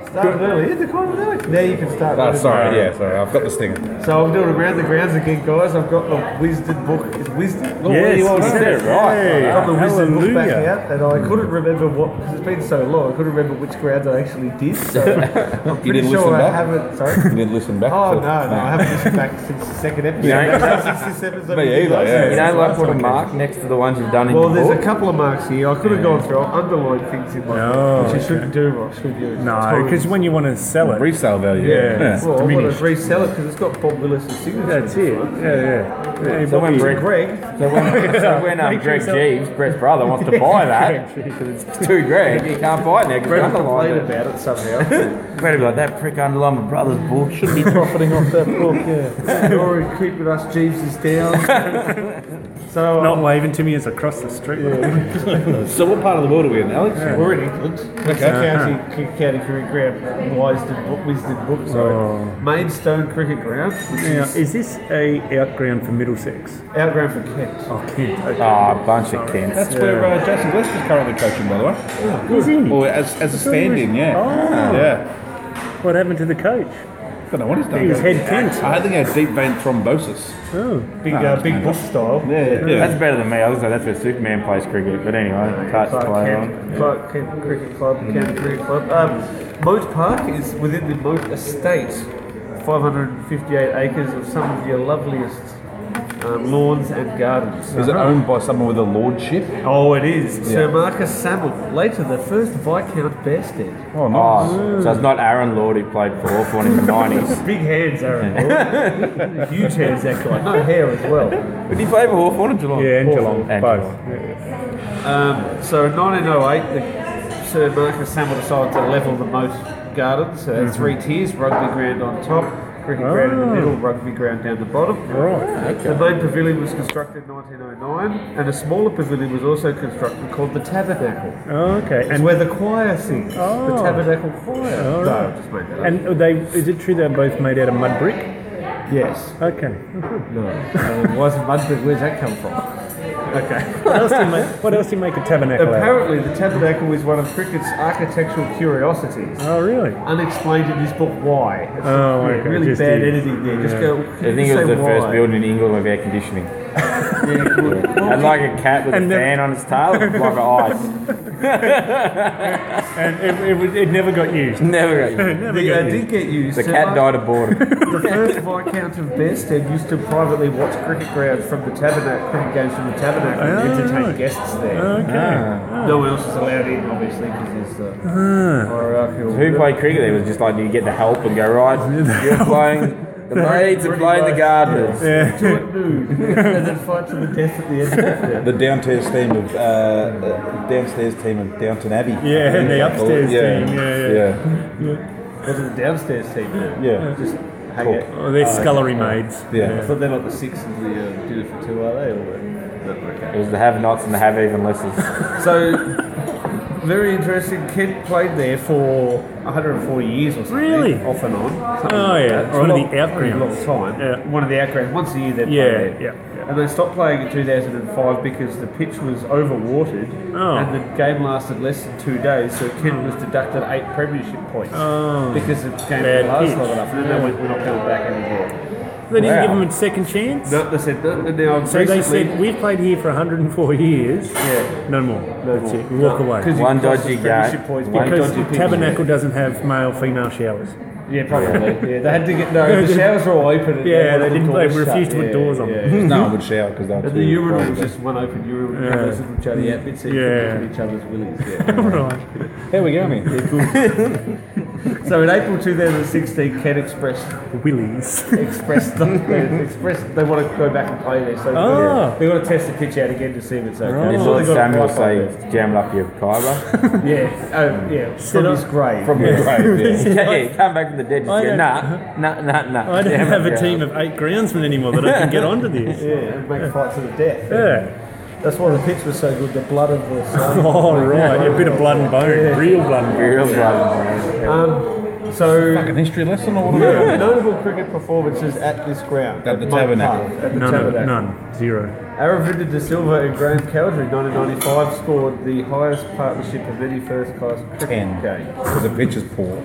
Speaker 3: Started early. It's the kind of like now you can start.
Speaker 6: Oh,
Speaker 3: running
Speaker 6: sorry,
Speaker 3: around.
Speaker 6: yeah, sorry. I've got this thing.
Speaker 3: So I'm doing around the grounds again, guys. I've got the Wisdom book. It's Wisdom. Oh,
Speaker 1: Yes,
Speaker 3: you
Speaker 1: you
Speaker 3: are, isn't
Speaker 1: said it right. Hey,
Speaker 3: I've got the Wisdom book back
Speaker 1: hallelujah.
Speaker 3: out, and
Speaker 6: Mm.
Speaker 3: I couldn't remember what because it's been so long. I couldn't remember which grounds I actually did. So I'm
Speaker 6: You
Speaker 3: pretty
Speaker 6: didn't
Speaker 3: sure
Speaker 6: listen
Speaker 3: I
Speaker 6: back?
Speaker 3: haven't. Sorry.
Speaker 6: You didn't listen back.
Speaker 3: Oh
Speaker 6: to-
Speaker 3: no, no, I haven't listened back since the second episode. Since this episode
Speaker 6: Me either,
Speaker 4: You
Speaker 6: yeah.
Speaker 4: don't like oh. what a mark next to the ones you've done in
Speaker 3: Well,
Speaker 4: your
Speaker 3: there's a
Speaker 4: book?
Speaker 3: couple of marks here. I could have gone through. I underlined things in my
Speaker 1: Oh,
Speaker 3: book, which you shouldn't do, Ross, should you?
Speaker 1: no, because when you want to sell it,
Speaker 6: Resale value.
Speaker 1: Yeah.
Speaker 3: Well, I want
Speaker 1: diminished.
Speaker 3: to resell it because it's got Bob Willis's signature.
Speaker 1: that's it. Yeah, yeah. Hey,
Speaker 4: So when
Speaker 1: Bobby,
Speaker 4: Greg,
Speaker 3: Greg,
Speaker 4: so when, so when um,
Speaker 1: Make sure
Speaker 4: Greg
Speaker 1: you
Speaker 4: Jeeves, Brett's brother, wants to buy that, because it's two Greg, he can't buy it now because
Speaker 3: complained
Speaker 4: underlined it.
Speaker 3: about it somehow.
Speaker 4: Brett will be like, that prick underlined my brother's book. Shouldn't be
Speaker 3: Profiting off that book, yeah. You're already creeping us Jeeves down. so, um,
Speaker 1: not waving to me as I cross the street.
Speaker 6: So what part of the world are we in, Alex?
Speaker 3: uh, we're in England. That's the
Speaker 1: Uh-huh.
Speaker 3: county, King County Cricket Ground, Wisden Book, Wisden Book, sorry.
Speaker 1: Oh.
Speaker 3: Maidstone Cricket Ground, which
Speaker 1: Now,
Speaker 3: is
Speaker 1: is this a outground for Middlesex?
Speaker 3: our ground for Kent.
Speaker 1: Oh, Kent. Okay.
Speaker 4: Ah, bunch of kids.
Speaker 6: That's where uh, Jason Gillespie's currently coaching, by the way.
Speaker 1: Is he?
Speaker 6: Or as, as a stand-in, yeah.
Speaker 1: Oh.
Speaker 6: Yeah.
Speaker 1: What happened to the coach?
Speaker 6: Don't know what he's done.
Speaker 1: He was head Kent.
Speaker 6: I think he had deep vein thrombosis.
Speaker 1: Oh.
Speaker 3: Big, uh, big book style.
Speaker 6: Ah, Yeah,
Speaker 4: That's better than me. I was like, that's where Superman plays cricket. But anyway, touch
Speaker 3: Clark
Speaker 4: play on.
Speaker 3: Kent, Clark Kent Cricket Club,
Speaker 6: Mm.
Speaker 3: Kent Cricket Club. Um, Moat Park is within the Moat Estate, 558 acres of some of your loveliest um, lawns and gardens.
Speaker 6: Is it owned by someone with a lordship?
Speaker 3: Oh, it is. Sir
Speaker 6: Yeah.
Speaker 3: Marcus Savile, later the first Viscount Bairstead.
Speaker 6: Oh, nice.
Speaker 4: Oh, so it's not Aaron Lord who played for Hawthorn in the 90s.
Speaker 3: Uh, Big hands, Aaron. Huge hands, that guy. No hair as well.
Speaker 4: Would he play for Hawthorn or Geelong?
Speaker 1: Yeah, and
Speaker 4: Hawthorn.
Speaker 1: Geelong. both.
Speaker 3: Um, so in 1908, the, Sir Marcus Savile decided to level the moat gardens. So that's three tiers, rugby ground on top, cricket ground in the middle, rugby ground down the bottom.
Speaker 1: Right.
Speaker 3: The main pavilion was constructed in 1909, and a smaller pavilion was also constructed called the Tabernacle.
Speaker 1: Oh, okay.
Speaker 3: And
Speaker 1: And
Speaker 3: where the choir sings, the
Speaker 1: Oh.
Speaker 3: Tabernacle Choir.
Speaker 1: All
Speaker 3: No,
Speaker 1: right.
Speaker 3: I just made that up.
Speaker 1: and are they is it true they're both made out of mud brick?
Speaker 3: yes.
Speaker 1: Okay.
Speaker 3: No. Uh, why is it Mudbrick? Where's that come from? Okay.
Speaker 1: What else do you make, what else do you make a tabernacle out of?
Speaker 3: Apparently, the Tabernacle is one of cricket's architectural curiosities.
Speaker 1: Oh, really?
Speaker 3: Unexplained in his book, Why? It's
Speaker 1: Oh,
Speaker 3: yeah,
Speaker 1: okay,
Speaker 3: Really
Speaker 1: just
Speaker 3: bad
Speaker 1: the-
Speaker 3: editing there. Just
Speaker 1: yeah.
Speaker 3: go.
Speaker 4: I think it was the first building in England with air conditioning.
Speaker 3: building.
Speaker 4: And like a cat with
Speaker 1: And
Speaker 4: a
Speaker 1: the-
Speaker 4: fan on its tail, it was like a ice.
Speaker 1: And it, it, was- it never got used.
Speaker 4: Never got used.
Speaker 1: Never
Speaker 3: The,
Speaker 1: got
Speaker 3: uh,
Speaker 1: used.
Speaker 3: did get used.
Speaker 4: The
Speaker 3: Sir
Speaker 4: cat
Speaker 3: Mark-
Speaker 4: died of boredom.
Speaker 3: The first Viscount of Bested used to privately watch cricket grounds from the Tabernacle, cricket games from the Tabernacle,
Speaker 1: Ah,
Speaker 3: and entertain
Speaker 1: right. Ah,
Speaker 3: guests there.
Speaker 4: Ah.
Speaker 1: Okay. Ah.
Speaker 3: No one else is allowed in, obviously, because there's uh, hierarchical.
Speaker 4: Who played cricket? It was just like, you get the help and go, right, you're playing The maids are playing the gardeners.
Speaker 3: and then fight to the death at the end. of
Speaker 2: The downstairs team of uh, uh, downstairs team of Downton Abbey.
Speaker 1: Yeah, and the upstairs team, yeah, yeah.
Speaker 2: yeah,
Speaker 3: it. Was it the downstairs team? Yeah.
Speaker 2: yeah.
Speaker 3: Just hang it.
Speaker 1: Oh, they're scullery maids.
Speaker 2: Yeah.
Speaker 3: I thought they're not the six of the uh, do it for two, are they? Or the, okay.
Speaker 4: It was the have-nots and the have-even lesses.
Speaker 3: So, very interesting. Kid played there for 140 years or something.
Speaker 1: Really?
Speaker 3: Off and on. something
Speaker 1: Oh,
Speaker 3: like
Speaker 1: yeah.
Speaker 3: that.
Speaker 1: It's
Speaker 3: For a
Speaker 1: one of
Speaker 3: long-
Speaker 1: the outgrounds.
Speaker 3: Long time.
Speaker 1: Yeah.
Speaker 3: One of the outgrounds. Once a year they play
Speaker 1: Yeah,
Speaker 3: there.
Speaker 1: yeah, yeah.
Speaker 3: And they stopped playing in 2005 because the pitch was overwatered
Speaker 1: Oh.
Speaker 3: and the game lasted less than two days. So Kid was deducted eight premiership points
Speaker 1: Oh.
Speaker 3: because the game
Speaker 1: Bad
Speaker 3: didn't last
Speaker 1: pitch.
Speaker 3: long enough. And then they went, we're not coming back anymore.
Speaker 1: They didn't
Speaker 4: Wow.
Speaker 1: give them a second chance.
Speaker 3: No, they said that. And now
Speaker 1: So they said, we've played here for 104 years.
Speaker 3: yeah,
Speaker 1: No more. That's it. We walk away.
Speaker 3: because
Speaker 4: One dodgy guy. One
Speaker 1: Because
Speaker 4: dodgy
Speaker 1: Tabernacle doesn't have male female showers.
Speaker 3: Yeah, probably. Yeah, they had to get no. The showers were all open. and
Speaker 1: Yeah, they
Speaker 3: wanted
Speaker 1: didn't-
Speaker 3: the
Speaker 1: they
Speaker 3: doors shut.
Speaker 1: refused to put
Speaker 3: Yeah,
Speaker 1: doors on.
Speaker 3: yeah.
Speaker 2: No one would shower because they're
Speaker 3: And the urinal was just one open urinal. Yeah. Those little jutty outfits that you
Speaker 1: Yeah.
Speaker 3: could look at each other's willies. Yeah.
Speaker 1: Right.
Speaker 2: Here we go, man.
Speaker 3: so in April 2016, Ken expressed
Speaker 1: Willies.
Speaker 3: expressed the, expressed they want to go back and play there. So
Speaker 1: Oh.
Speaker 3: they want to test the pitch out again to see if it's okay.
Speaker 1: Right.
Speaker 4: You
Speaker 3: So
Speaker 4: saw
Speaker 3: they got a
Speaker 4: Samuel
Speaker 3: block
Speaker 4: say,
Speaker 3: on
Speaker 4: jam it up your kyber.
Speaker 3: there. "Yeah, oh, yeah, from his grave."
Speaker 4: From your grave, yeah. yeah, come back from the dead. Just
Speaker 1: I
Speaker 4: go,
Speaker 1: don't-
Speaker 4: nah, nah, nah, nah.
Speaker 1: I don't
Speaker 4: Jam
Speaker 1: have
Speaker 4: up your
Speaker 1: a team of eight groundsmen anymore that I can get onto this.
Speaker 3: yeah, and make fights to the death.
Speaker 1: Yeah.
Speaker 3: That's why the pitch was so good. The blood of the sun.
Speaker 1: Oh, right. A bit of blood and bone. Real blood and bone.
Speaker 4: Real blood.
Speaker 3: Um, so
Speaker 6: Fucking history lesson or what?
Speaker 3: No- notable cricket performances at this ground.
Speaker 6: At the
Speaker 3: Moore
Speaker 6: Tabernacle.
Speaker 3: Park, At the
Speaker 1: None.
Speaker 3: Tabernacle.
Speaker 1: None. Zero.
Speaker 3: Aravinda De Silva and Graham Cowdery, 1995, scored the highest partnership of any first class cricket
Speaker 2: Ten.
Speaker 3: game.
Speaker 2: Because the pitch is poor.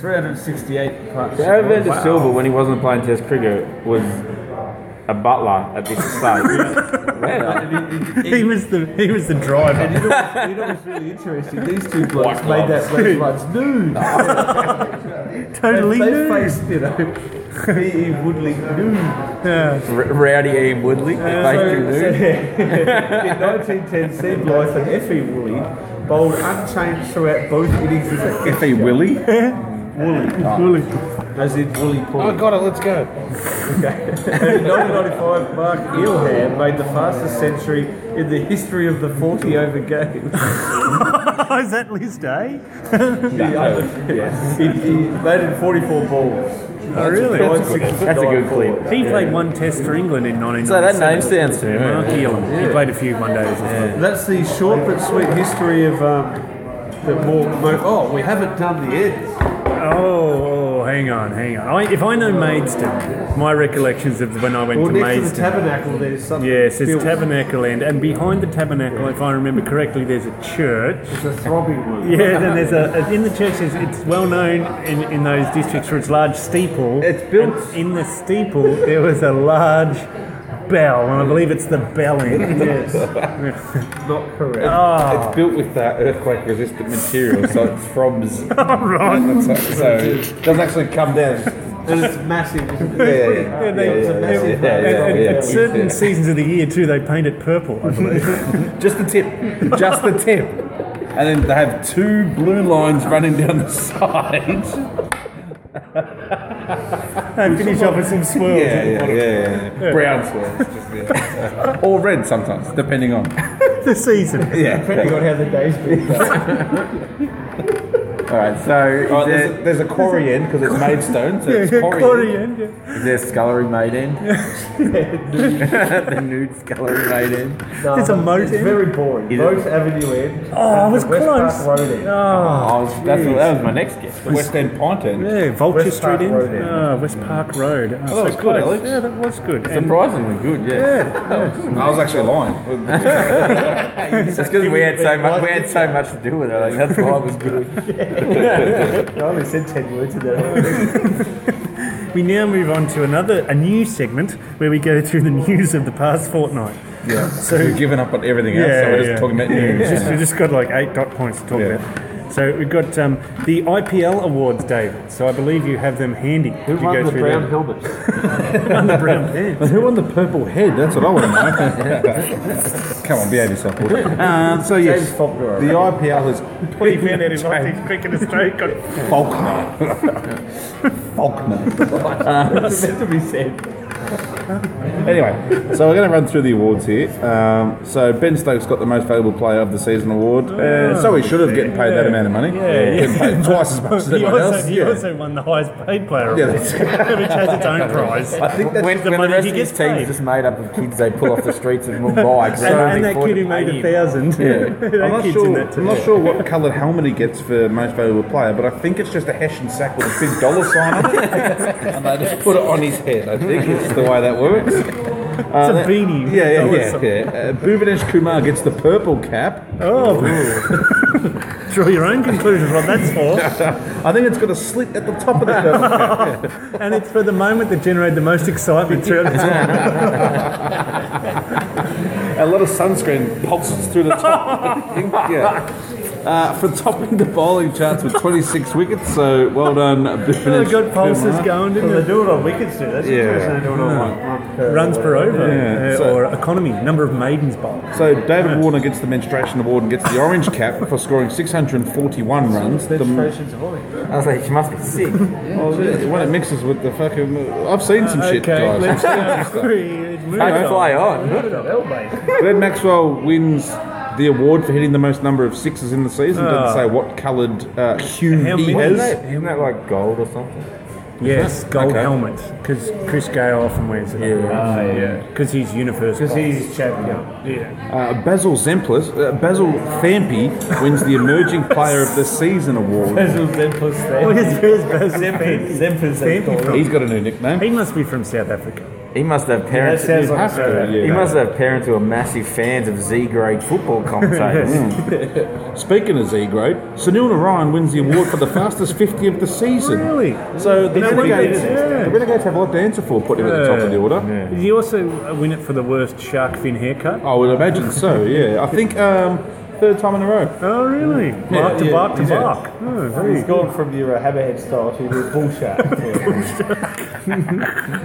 Speaker 3: 368 partnership.
Speaker 4: David
Speaker 3: Wow.
Speaker 4: De Silva, when he wasn't playing Test cricket, was a butler at this stage. Man,
Speaker 1: He was the he was the driver.
Speaker 3: And you know, what's- you know what's really interesting? These two blokes made that race once nude.
Speaker 1: Totally
Speaker 3: they
Speaker 1: new.
Speaker 3: faced, you know, P.E. Woodley nude.
Speaker 1: Yeah.
Speaker 4: R- Rowdy Ian Woodley.
Speaker 3: So,
Speaker 4: Thank you,
Speaker 3: so-
Speaker 4: dude.
Speaker 3: in 1910, Steve Blyth and Effie Woolley bowled unchanged throughout both innings as a
Speaker 2: Effie Willie.
Speaker 1: Woolly.
Speaker 3: As in Wooly Pulley.
Speaker 6: Oh, got it. Let's go.
Speaker 3: In 1995, Mark Eelham made the fastest century in the history of the 40 over game.
Speaker 1: Oh, Is that Liz Day?
Speaker 3: yes. He, he made it 44 balls.
Speaker 1: Oh, really?
Speaker 3: That's,
Speaker 4: That's a good clip.
Speaker 1: He played one test for England in 1997.
Speaker 4: So that name stands to him.
Speaker 1: Mark Elam. He played a few one days.
Speaker 3: That's the short but sweet history of um, the more. Mo- oh, we haven't done the ends.
Speaker 1: Oh, oh, hang on, hang on. I, if I know Maidstone, my recollections of when I went
Speaker 3: Well,
Speaker 1: to
Speaker 3: next to the
Speaker 1: Maidstone.
Speaker 3: tabernacle, there's something.
Speaker 1: Yes, it's
Speaker 3: built.
Speaker 1: Tabernacle End, and behind the Tabernacle, if I remember correctly, there's a church.
Speaker 3: It's a throbbing one.
Speaker 1: Yeah, then there's a in the church. It's, it's well known in, in those districts for its large steeple.
Speaker 2: It's built-
Speaker 1: And in the steeple. There was a large bell, and I believe it's the bell end.
Speaker 3: Yes. Not correct.
Speaker 1: Ah.
Speaker 2: It's built with that earthquake-resistant material, so it throbs.
Speaker 1: right.
Speaker 2: so, so it doesn't actually come down.
Speaker 3: and it's massive. Isn't
Speaker 2: Yeah,
Speaker 3: it?
Speaker 2: yeah, yeah.
Speaker 1: And they-
Speaker 2: Yeah, yeah,
Speaker 1: and-
Speaker 2: yeah, yeah,
Speaker 1: and-
Speaker 2: yeah,
Speaker 1: At
Speaker 2: yeah.
Speaker 1: certain
Speaker 2: Yeah.
Speaker 1: seasons of the year too, they paint it purple. I believe.
Speaker 2: Just the tip. Just the tip. And then they have two blue lines running down the side.
Speaker 1: and finish off with some swirls.
Speaker 2: Yeah, yeah, yeah. yeah, yeah. Brown swirls. Just, yeah. or red sometimes, depending on.
Speaker 1: The season.
Speaker 2: Yeah. Depending on how the day's been. All right, so
Speaker 4: Oh,
Speaker 2: there's, a, there's a quarry end because it's made stone, so it's quarry. end.
Speaker 1: Corian, yeah.
Speaker 4: Is there scullery made in? the nude scullery made in.
Speaker 3: No,
Speaker 1: It's a moat
Speaker 3: It's
Speaker 1: end?
Speaker 3: very boring.
Speaker 4: Is it?
Speaker 3: Moat Avenue End.
Speaker 1: Oh, I was
Speaker 3: West Park
Speaker 1: close.
Speaker 3: Road End.
Speaker 1: Oh,
Speaker 4: I was, that's, that was my next guess.
Speaker 6: The West End pint end.
Speaker 1: yeah, Vulture
Speaker 3: West
Speaker 1: Street
Speaker 3: Park
Speaker 1: Inn.
Speaker 3: Road, yeah.
Speaker 1: Oh, West Park Road. Oh, so
Speaker 6: was good,
Speaker 1: close.
Speaker 6: Alex.
Speaker 1: Yeah, that was good. And-
Speaker 4: Surprisingly good, yeah.
Speaker 6: I was actually lying.
Speaker 4: It's because we had so much. We had so much to do with it. Like, that's why it was good.
Speaker 3: I only said 10 words in that.
Speaker 1: We now move on to another, a new segment where we go through the news of the past fortnight.
Speaker 2: Yeah. So we've given up on everything else, so we're just talking about
Speaker 1: Yeah,
Speaker 2: news.
Speaker 1: Just, we just got like eight dot points to talk
Speaker 2: Yeah.
Speaker 1: about. So we've got um, the IPL awards, David. So I believe you have them handy. Who
Speaker 3: One of the brown helmets.
Speaker 1: brown pants?
Speaker 2: But who won the purple head? That's what I want to know. Come on, behave yourself. Wood. Um, so yes,
Speaker 3: James Faulkner.
Speaker 2: the IPL has
Speaker 1: What do you mean that is? I think cricket Australia got
Speaker 2: Faulkner. Faulkner.
Speaker 3: It's
Speaker 4: Uh,
Speaker 3: meant to be said.
Speaker 2: anyway, so we're going to run through the awards here. Um, so Ben Stokes got the most valuable player of the season award. Uh, so he should have getting paid that amount of money.
Speaker 1: Ah. Yeah, yeah.
Speaker 2: Getting paid twice as much as
Speaker 1: You
Speaker 2: everyone
Speaker 1: also,
Speaker 2: else.
Speaker 1: you also won the highest paid player,
Speaker 2: Yeah,
Speaker 1: award,
Speaker 2: that's-
Speaker 1: which has its own prize.
Speaker 2: I think that's
Speaker 4: When,
Speaker 1: the
Speaker 4: when the
Speaker 1: money
Speaker 4: rest
Speaker 1: he
Speaker 4: of his
Speaker 1: gets
Speaker 4: team's
Speaker 1: paid.
Speaker 4: just made up of kids they pull off the streets of Mumbai. 'cause they
Speaker 1: and,
Speaker 4: don't
Speaker 1: and that
Speaker 4: afford
Speaker 1: kid
Speaker 4: to
Speaker 1: who made
Speaker 4: pay
Speaker 1: a
Speaker 4: him.
Speaker 1: thousand. that
Speaker 2: I'm not
Speaker 1: kid's in
Speaker 2: sure.
Speaker 1: that too.
Speaker 2: I'm not sure what coloured helmet he gets for most valuable player, but I think it's just a Hessian sack with a big dollar sign on it, and they just put it on his head. I think it's the way that works.
Speaker 1: It's a beanie.
Speaker 2: Uh, Yeah, yeah,
Speaker 1: That was
Speaker 2: yeah.
Speaker 1: something.
Speaker 2: yeah. Uh, Bhuvanesh Kumar gets the purple cap.
Speaker 1: Oh. Draw your own conclusions what that's for.
Speaker 2: I think it's got a slit at the top of the purple cap.
Speaker 1: And it's for the moment that generated the most excitement throughout the tournament.
Speaker 2: A lot of sunscreen pulses through the top. yeah. Uh, for topping the bowling charts with 26 wickets, so well done,
Speaker 1: Oh,
Speaker 2: Bhuvanesh.
Speaker 1: got pulses
Speaker 2: Kumar.
Speaker 1: going,
Speaker 5: Well,
Speaker 1: didn't
Speaker 5: they
Speaker 1: it?
Speaker 5: do it on wickets too. That's
Speaker 2: Yeah.
Speaker 5: interesting. They do it on one. one per-
Speaker 1: Runs per over.
Speaker 2: Yeah,
Speaker 1: uh,
Speaker 2: so-
Speaker 1: or economy. Number of maidens bowled.
Speaker 2: So David Warner gets the menstruation award and gets the orange cap for scoring 641 runs. The,
Speaker 4: I was like, she must be sick.
Speaker 2: oh, yeah, when it mixes with the fucking, I've seen some shit,
Speaker 1: Okay,
Speaker 2: guys.
Speaker 1: let's uh, we- move
Speaker 4: Don't
Speaker 1: on.
Speaker 4: fly on.
Speaker 2: Glenn Maxwell wins the award for hitting the most number of sixes in the season.
Speaker 1: Ah.
Speaker 2: Doesn't say what coloured uh, hue
Speaker 1: How
Speaker 2: he
Speaker 1: many-
Speaker 2: has.
Speaker 4: Isn't that, isn't that like gold or something?
Speaker 1: Yes, gold
Speaker 2: Okay.
Speaker 1: helmet. Because Chris Gale often wears it. Yeah. Because he's universal.
Speaker 5: Because he's champion.
Speaker 2: Uh, Basil Zemplis, uh, Basil Thampi wins the Emerging Player of the Season award.
Speaker 3: Oh,
Speaker 1: Where's, where's Basil Zempin? Zempin from?
Speaker 2: He's got a new nickname.
Speaker 1: He must be from South Africa.
Speaker 4: He must have parents.
Speaker 5: sounds like
Speaker 2: has to,
Speaker 4: he
Speaker 2: yeah.
Speaker 4: must have parents who are massive fans of Z grade football commentators.
Speaker 2: Speaking of Z grade, Sunil Narayan wins the award for the fastest 50 of the season.
Speaker 1: Really?
Speaker 2: So the
Speaker 1: No,
Speaker 2: Renegades,
Speaker 1: we did it.
Speaker 2: the Renegades have a lot to answer for putting him at the top of the order.
Speaker 1: Did he also win it for the worst shark fin haircut?
Speaker 2: I would imagine so, yeah. I think um, third time in a row.
Speaker 1: Oh, really? Bark to
Speaker 2: yeah,
Speaker 1: bark to
Speaker 2: yeah.
Speaker 1: bark. Oh, very
Speaker 5: He's gone from your uh, hammerhead style to your bull shark.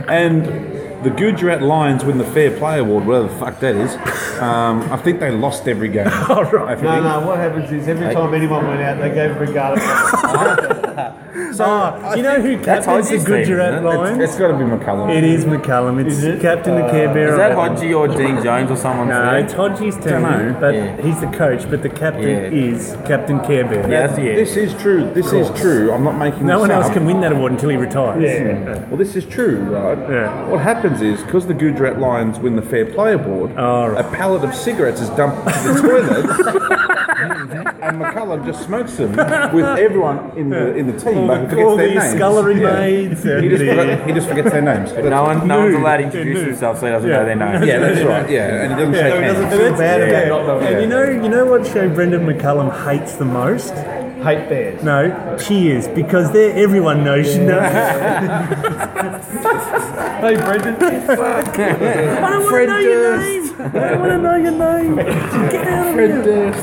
Speaker 2: And the Gujarat Lions win the Fair Play Award, whatever the fuck that is. Um, I think they lost every game. All right.
Speaker 5: no, no, what happens is every time anyone went out, they gave Brigada.
Speaker 1: So, you know who
Speaker 4: That's
Speaker 1: captains the
Speaker 4: Hodges' team,
Speaker 1: Gujarat
Speaker 4: isn't it?
Speaker 1: Lions?
Speaker 2: it's got to be McCullum.
Speaker 1: It is McCallum. It's captain the Care Bear.
Speaker 4: Is that Hodgie or Dean Jones or someone?
Speaker 1: No, it's Hodges' team,
Speaker 2: Dunno.
Speaker 1: but
Speaker 4: Yeah.
Speaker 1: he's the coach. But the captain
Speaker 4: Yeah.
Speaker 1: is Captain Care Bear.
Speaker 4: Yeah, that's it.
Speaker 2: This is true. This is true. I'm not making
Speaker 1: No
Speaker 2: this
Speaker 1: one
Speaker 2: up.
Speaker 1: else can win that award until he retires. Yeah.
Speaker 2: Well, this is true, right?
Speaker 1: Yeah.
Speaker 2: What happens is, because the Gujarat Lions win the Fair Play Award,
Speaker 1: Oh, right.
Speaker 2: a pallet of cigarettes is dumped to the toilet, and McCullum just smokes them with everyone in the in the team, but he forgets
Speaker 1: All
Speaker 2: their
Speaker 1: these
Speaker 2: names.
Speaker 1: scullery
Speaker 2: Yeah.
Speaker 1: maids.
Speaker 2: He
Speaker 1: And
Speaker 2: just,
Speaker 1: the,
Speaker 2: forgot, he just forgets their names. That's-
Speaker 4: No one, no one's
Speaker 1: Nude.
Speaker 4: allowed to
Speaker 1: They're
Speaker 4: introduce
Speaker 1: nude.
Speaker 4: himself, so he doesn't
Speaker 1: Yeah.
Speaker 4: know their name.
Speaker 2: yeah, that's right. Yeah, and he doesn't shake hands.
Speaker 1: feel bad
Speaker 2: yeah.
Speaker 1: about not knowing. And you know, you know what show Brendan McCullum hates the most?
Speaker 5: Hate bears.
Speaker 1: No, Cheers, because there everyone knows she knows.
Speaker 5: Hey, Brendan.
Speaker 1: I don't want to know your name. I don't want to know your name. Get out of here.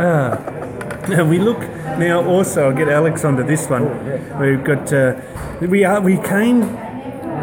Speaker 1: Ah. Now we look now. Also, I'll get Alex onto this one. We've got uh, we are we came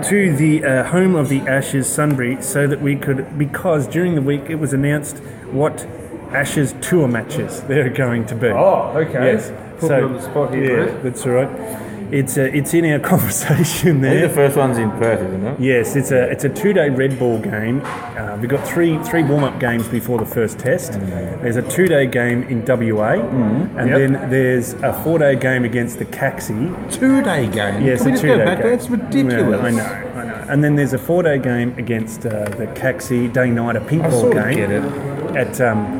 Speaker 1: to the uh, home of the Ashes, Sunbury, so that we could because during the week it was announced what Ashes tour matches they're going to be.
Speaker 5: Oh, okay.
Speaker 1: yes.
Speaker 5: Put me on the spot here,
Speaker 1: yeah, that's all right. It's uh, it's in our conversation
Speaker 4: I think
Speaker 1: there.
Speaker 4: the first one's in Perth, isn't it?
Speaker 1: Yes, it's a it's a two day Red Bull game. Uh, we've got three three warm up games before the first test. There's a two day game in WA,
Speaker 2: Mm-hmm.
Speaker 1: and then there's a four day game against the Caxi.
Speaker 2: Two day game.
Speaker 1: Yes,
Speaker 2: Can
Speaker 1: a
Speaker 2: we just
Speaker 1: two
Speaker 2: go
Speaker 1: day
Speaker 2: back
Speaker 1: game.
Speaker 2: there? It's ridiculous.
Speaker 1: Yeah, I know, I know. And then there's a four day game against uh, the Caxi day night a pink ball
Speaker 2: sort of
Speaker 1: game
Speaker 2: get it.
Speaker 1: at um,